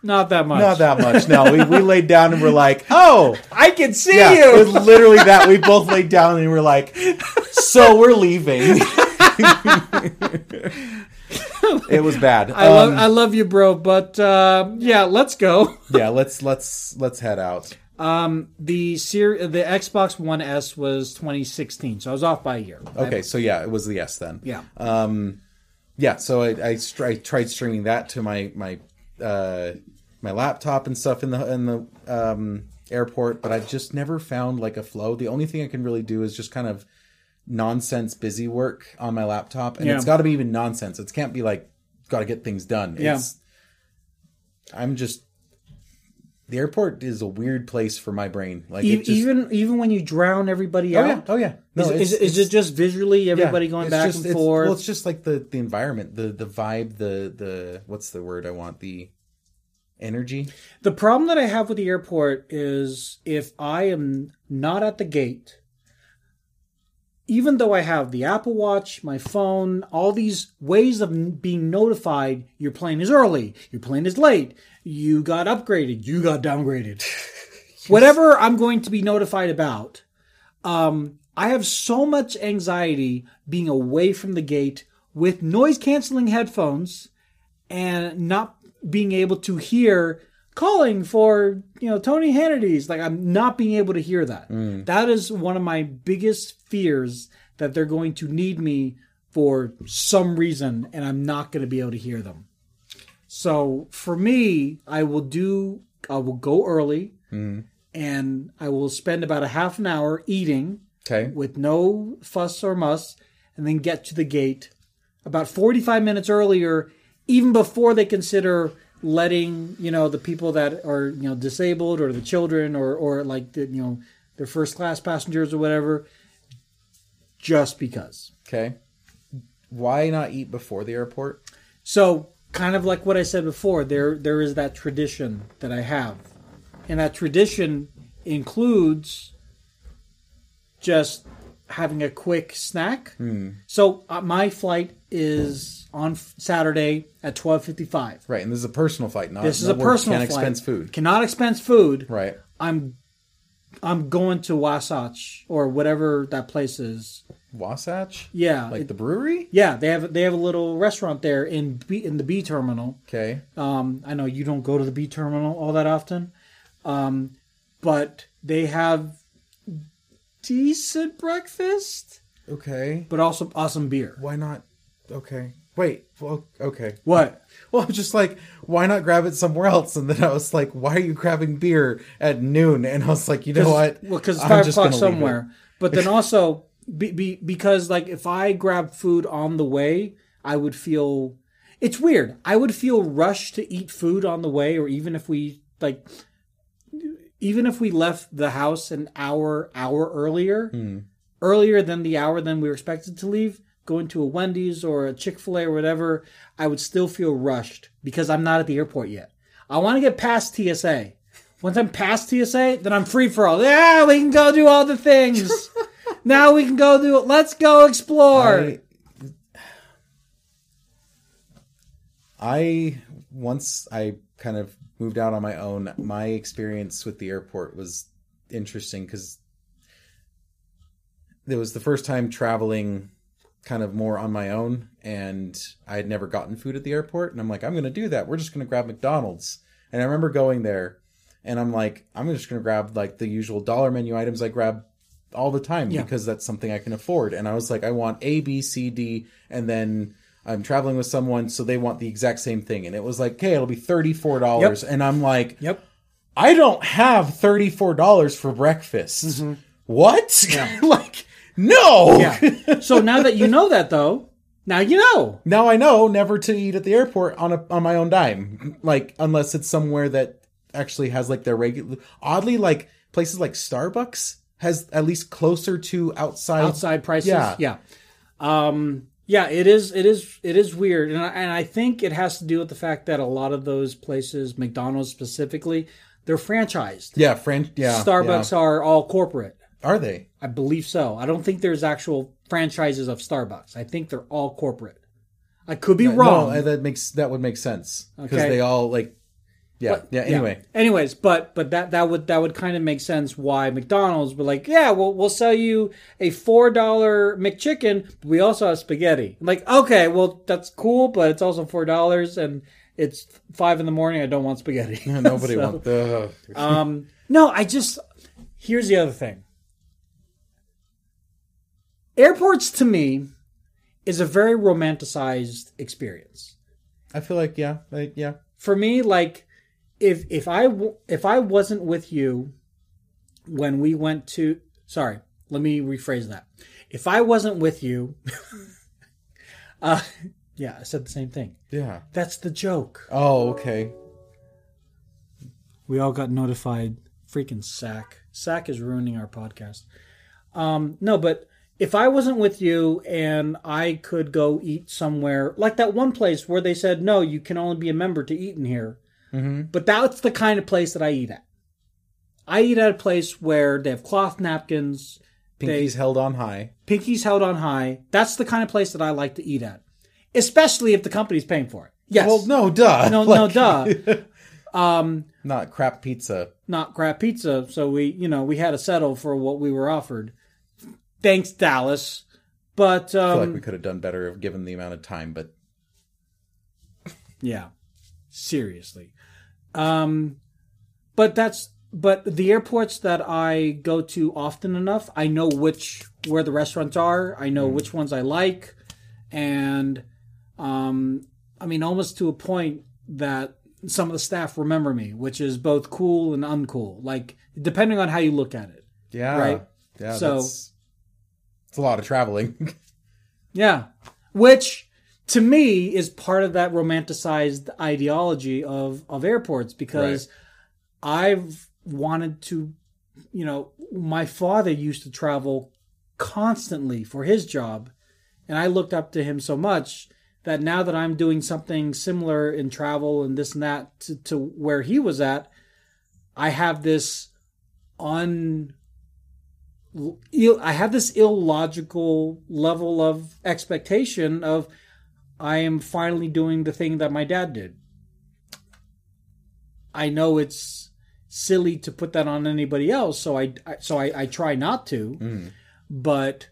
S1: not that much.
S2: not that much no we, we laid down and we're
S1: *laughs*
S2: like oh
S1: I can see
S2: yeah it was
S1: you.
S2: literally that we both laid down and we're like so we're leaving *laughs* it was bad
S1: I love,
S2: Um,
S1: I love you, bro. But uh, yeah, let's go. *laughs*
S2: yeah let's let's let's head out
S1: Um, the ser- the Xbox One S was 2016, so I was off by a year.
S2: okay so yeah it was the yes then
S1: Yeah.
S2: yeah so i I, str- I tried streaming that to my my uh my laptop and stuff in the in the um airport but i've just never found like a flow the only thing i can really do is just kind of nonsense busy work on my laptop and
S1: Yeah.
S2: it's got to be even nonsense it can't be like got to get things done
S1: Yeah.
S2: it's i'm just the airport is a weird place for my brain like
S1: E-
S2: it just,
S1: even even when you drown everybody
S2: oh
S1: out,
S2: yeah oh yeah no
S1: is, is,
S2: it's-
S1: is it just visually
S2: yeah,
S1: everybody going
S2: it's
S1: back
S2: just-
S1: and
S2: it's-
S1: forth?
S2: Well, it's just like the the environment, the the vibe, the the what's the word I want? The energy.
S1: The problem that I have with the airport is if I am not at the gate, even though I have the Apple Watch, my phone, all these ways of n- being notified, your plane is early, your plane is late, you got upgraded, you got *laughs* downgraded. Whatever I'm going to be notified about, um, I have so much anxiety being away from the gate with noise canceling headphones and not being able to hear calling for you know Tony Hannity's like I'm not being able to hear that. That is one of my biggest fears that they're going to need me for some reason and I'm not going to be able to hear them. So for me, I will do I will go early and I will spend about a half an hour eating
S2: Okay.
S1: with no fuss or muss and then get to the gate about 45 minutes earlier even before they consider letting you know the people that are you know disabled or the children or or like the, you know their first class passengers or whatever just because
S2: Okay. Why not eat before the airport?
S1: so kind of like what i said before there there is that tradition that i have and that tradition includes just having a quick snack
S2: Hmm.
S1: so uh, my flight is on f- saturday at 12.55
S2: Right, and this is a personal fight. Not
S1: this is
S2: no,
S1: a
S2: we're-
S1: personal
S2: can't
S1: flight.
S2: expense food.
S1: cannot expense food
S2: Right.
S1: i'm i'm going to wasatch or whatever that place is
S2: Wasatch.
S1: yeah
S2: Like
S1: it-
S2: the brewery.
S1: yeah they have they have a little restaurant there in B, in the b terminal
S2: Okay.
S1: um, I know you don't go to the B terminal all that often, Um, but they have decent breakfast,
S2: Okay.
S1: but also awesome beer.
S2: Why not? Okay. Wait. Well, *laughs* okay.
S1: What?
S2: Well, I'm just like, why not grab it somewhere else? And then I was like, why are you grabbing beer at noon? And I was like, you know what?
S1: Well, because it's
S2: I'm
S1: five
S2: just
S1: o'clock
S2: gonna leave
S1: somewhere. But then also be, be, because like if I grab food on the way, I would feel it's weird. I would feel rushed to eat food on the way, or even if we like, even if we left the house an hour hour
S2: Hmm.
S1: earlier, earlier than the hour than we were expected to leave. Go into a Wendy's or a Chick fil A or whatever, I would still feel rushed because I'm not at the airport yet. I want to get past TSA. Once I'm past TSA, then I'm free for all. Yeah, we can go do all the things. now we can go do it. Let's go explore.
S2: I, I once I kind of moved out on my own. My experience with the airport was interesting because it was the first time traveling kind of more on my own and I had never gotten food at the airport and I'm like I'm going to do that. We're just going to grab McDonald's. And I remember going there and I'm like I'm just going to grab like the usual dollar menu items I grab all the time
S1: Yeah.
S2: because that's something I can afford. And I was like I want A B C D and then I'm traveling with someone so they want the exact same thing and it was like okay it'll be $34 and I'm like
S1: yep.
S2: I don't have $34 for breakfast. What? *laughs* like, no.
S1: Mm-hmm. Yeah. so now that you know that, though, now you know.
S2: now I know never to eat at the airport on a on my own dime. Like, unless it's somewhere that actually has like their regular oddly like places like Starbucks has at least closer to outside
S1: outside prices.
S2: Uh, Yeah.
S1: Yeah. Yeah. Um, yeah, it is it is it is weird and I, and I think it has to do with the fact that a lot of those places, McDonald's specifically, they're franchised.
S2: Yeah, Fran yeah.
S1: Starbucks
S2: yeah.
S1: are all corporate.
S2: are they?
S1: I believe so. I don't think there's actual franchises of Starbucks. I think they're all corporate. I could be wrong.
S2: Uh, No, that makes that would make sense. Because
S1: Okay.
S2: they all like yeah. yeah, anyway.
S1: Anyways, but but that that would that would kind of make sense why McDonald's were like, yeah, we'll we'll sell you a four dollar McChicken, but we also have spaghetti. I'm like, okay, well that's cool, but it's also four dollars and it's five in the morning. I don't want
S2: *laughs*
S1: spaghetti. *laughs*
S2: Nobody
S1: So,
S2: wants uh, the
S1: Um, no, I just here's the other thing. Airports to me is a very romanticized experience
S2: I feel like yeah, like yeah.
S1: for me like if if i w- if i wasn't with you when we went to sorry let me rephrase that if i wasn't with you *laughs* uh yeah i said the same thing
S2: Yeah.
S1: that's the joke
S2: Oh, okay.
S1: we all got notified freaking sack sack is ruining our podcast um no but if i wasn't with you and i could go eat somewhere like that one place where they said no you can only be a member to eat in here
S2: Mm-hmm.
S1: But that's the kind of place that I eat at. I eat at a place where they have cloth napkins,
S2: Pinky's held on high.
S1: pinkies held on high. That's the kind of place that I like to eat at, especially if the company's paying for it. Yes.
S2: Well, no, duh. *laughs*
S1: No, no, duh. um,
S2: Not crap pizza.
S1: not crap pizza. So we, you know, we had to settle for what we were offered. Thanks, Dallas. But
S2: I
S1: um,
S2: feel like we could have done better if given the amount of time, but
S1: Yeah. Seriously. Um but that's but the airports that I go to often enough, I know which where the restaurants are, I
S2: Mm.
S1: know which ones I like and um I mean almost to a point that some of the staff remember me, which is both cool and uncool, like depending on how you look at it.
S2: yeah,
S1: Right.
S2: Yeah,
S1: So-
S2: that's, it's a lot of traveling. *laughs*
S1: Yeah. Which to me is part of that romanticized ideology of of airports because I've wanted to you know my father used to travel constantly for his job and I looked up to him so much that now that I'm doing something similar in travel and this and that to, to where he was at I have this un ill, I have this illogical level of expectation of I am finally doing the thing that my dad did. I know it's silly to put that on anybody else, so I, I so I, I try not to,
S2: Mm.
S1: but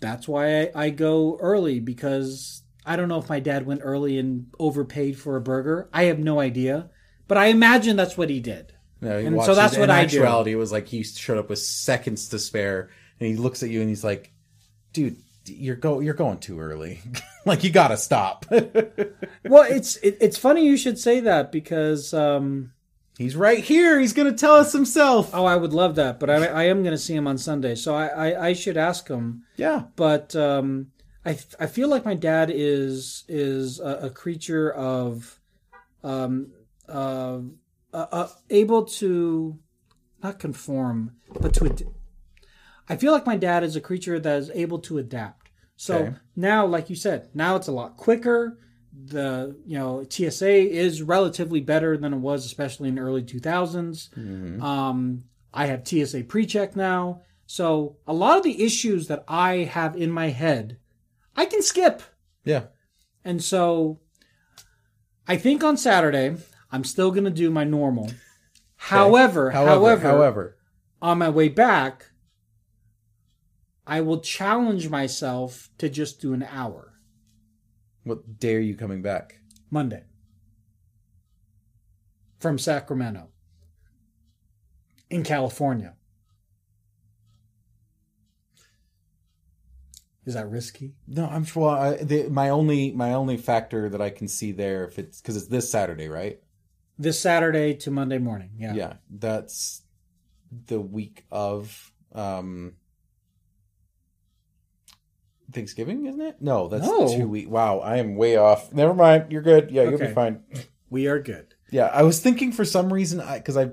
S1: that's why I, I go early because I don't know if my dad went early and overpaid for a burger. I have no idea, but I imagine that's what he did.
S2: No, he
S1: And so
S2: watches-
S1: that's what
S2: in
S1: I do.
S2: actuality, It was like he showed up with seconds to spare, and he looks at you and he's like, "Dude, you're go you're going too early. *laughs* like you gotta stop." *laughs*
S1: Well, it's it, it's funny you should say that because um,
S2: he's right here. He's gonna tell us himself.
S1: oh, I would love that, but I, I am going to see him on Sunday, so I, I, I should ask him.
S2: Yeah,
S1: But um, I f- I feel like my dad is is a, a creature of um uh, uh, uh able to not conform, but to ad- I feel like my dad is a creature that is able to adapt. So
S2: Okay.
S1: now, like you said, now it's a lot quicker. The you know TSA is relatively better than it was, especially in the early two
S2: Mm-hmm.
S1: Um, I have TSA pre-check now, so a lot of the issues that I have in my head, I can skip.
S2: yeah.
S1: And so I think on Saturday, I'm still going to do my normal. However,
S2: However,
S1: however,
S2: however,
S1: on my way back, I will challenge myself to just do an hour
S2: what day are you coming back?
S1: Monday from Sacramento in California. Is that risky?
S2: No, I'm sure. I, the, my only my only factor that I can see there, if it's because it's this Saturday, right?
S1: This Saturday to Monday morning. Yeah.
S2: yeah that's the week of um thanksgiving isn't it no that's
S1: No.
S2: two week wow i am way off never mind you're good yeah you'll be
S1: Okay.
S2: fine
S1: We are good.
S2: yeah i was thinking for some reason i because i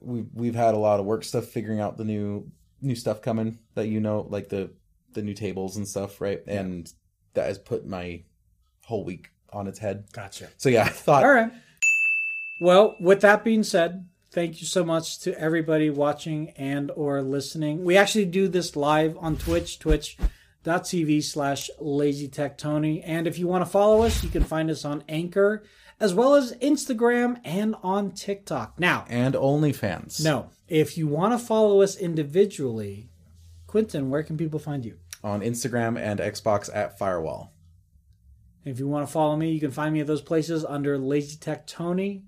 S2: we've, we've had a lot of work stuff figuring out the new new stuff coming that you know like the the new tables and stuff right and that has put my whole week on its head
S1: Gotcha.
S2: so yeah i thought
S1: All right. Well, with that being said, thank you so much to everybody watching and or listening. We actually do this live on Twitch, twitch.tv slash lazytechtony. And if you want to follow us, you can find us on Anchor as well as Instagram and on TikTok. Now,
S2: and OnlyFans.
S1: no, if you want to follow us individually, Quentin, where can people find you?
S2: on Instagram and Xbox at Firewall.
S1: If you want to follow me, you can find me at those places under Lazy Tech Tony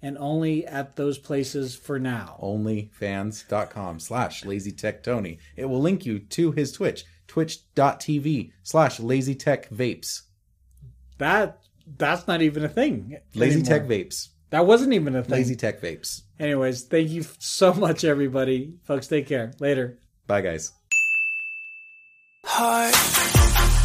S1: and only at those places for now.
S2: Onlyfans.com slash Lazy Tech Tony. It will link you to his Twitch, twitch.tv slash Lazy Tech Vapes.
S1: That that's not even a thing.
S2: Lazy
S1: anymore.
S2: Tech Vapes.
S1: That wasn't even a thing.
S2: Lazy Tech Vapes.
S1: Anyways, thank you so much, everybody. Folks, take care. Later.
S2: Bye, guys.
S5: heart.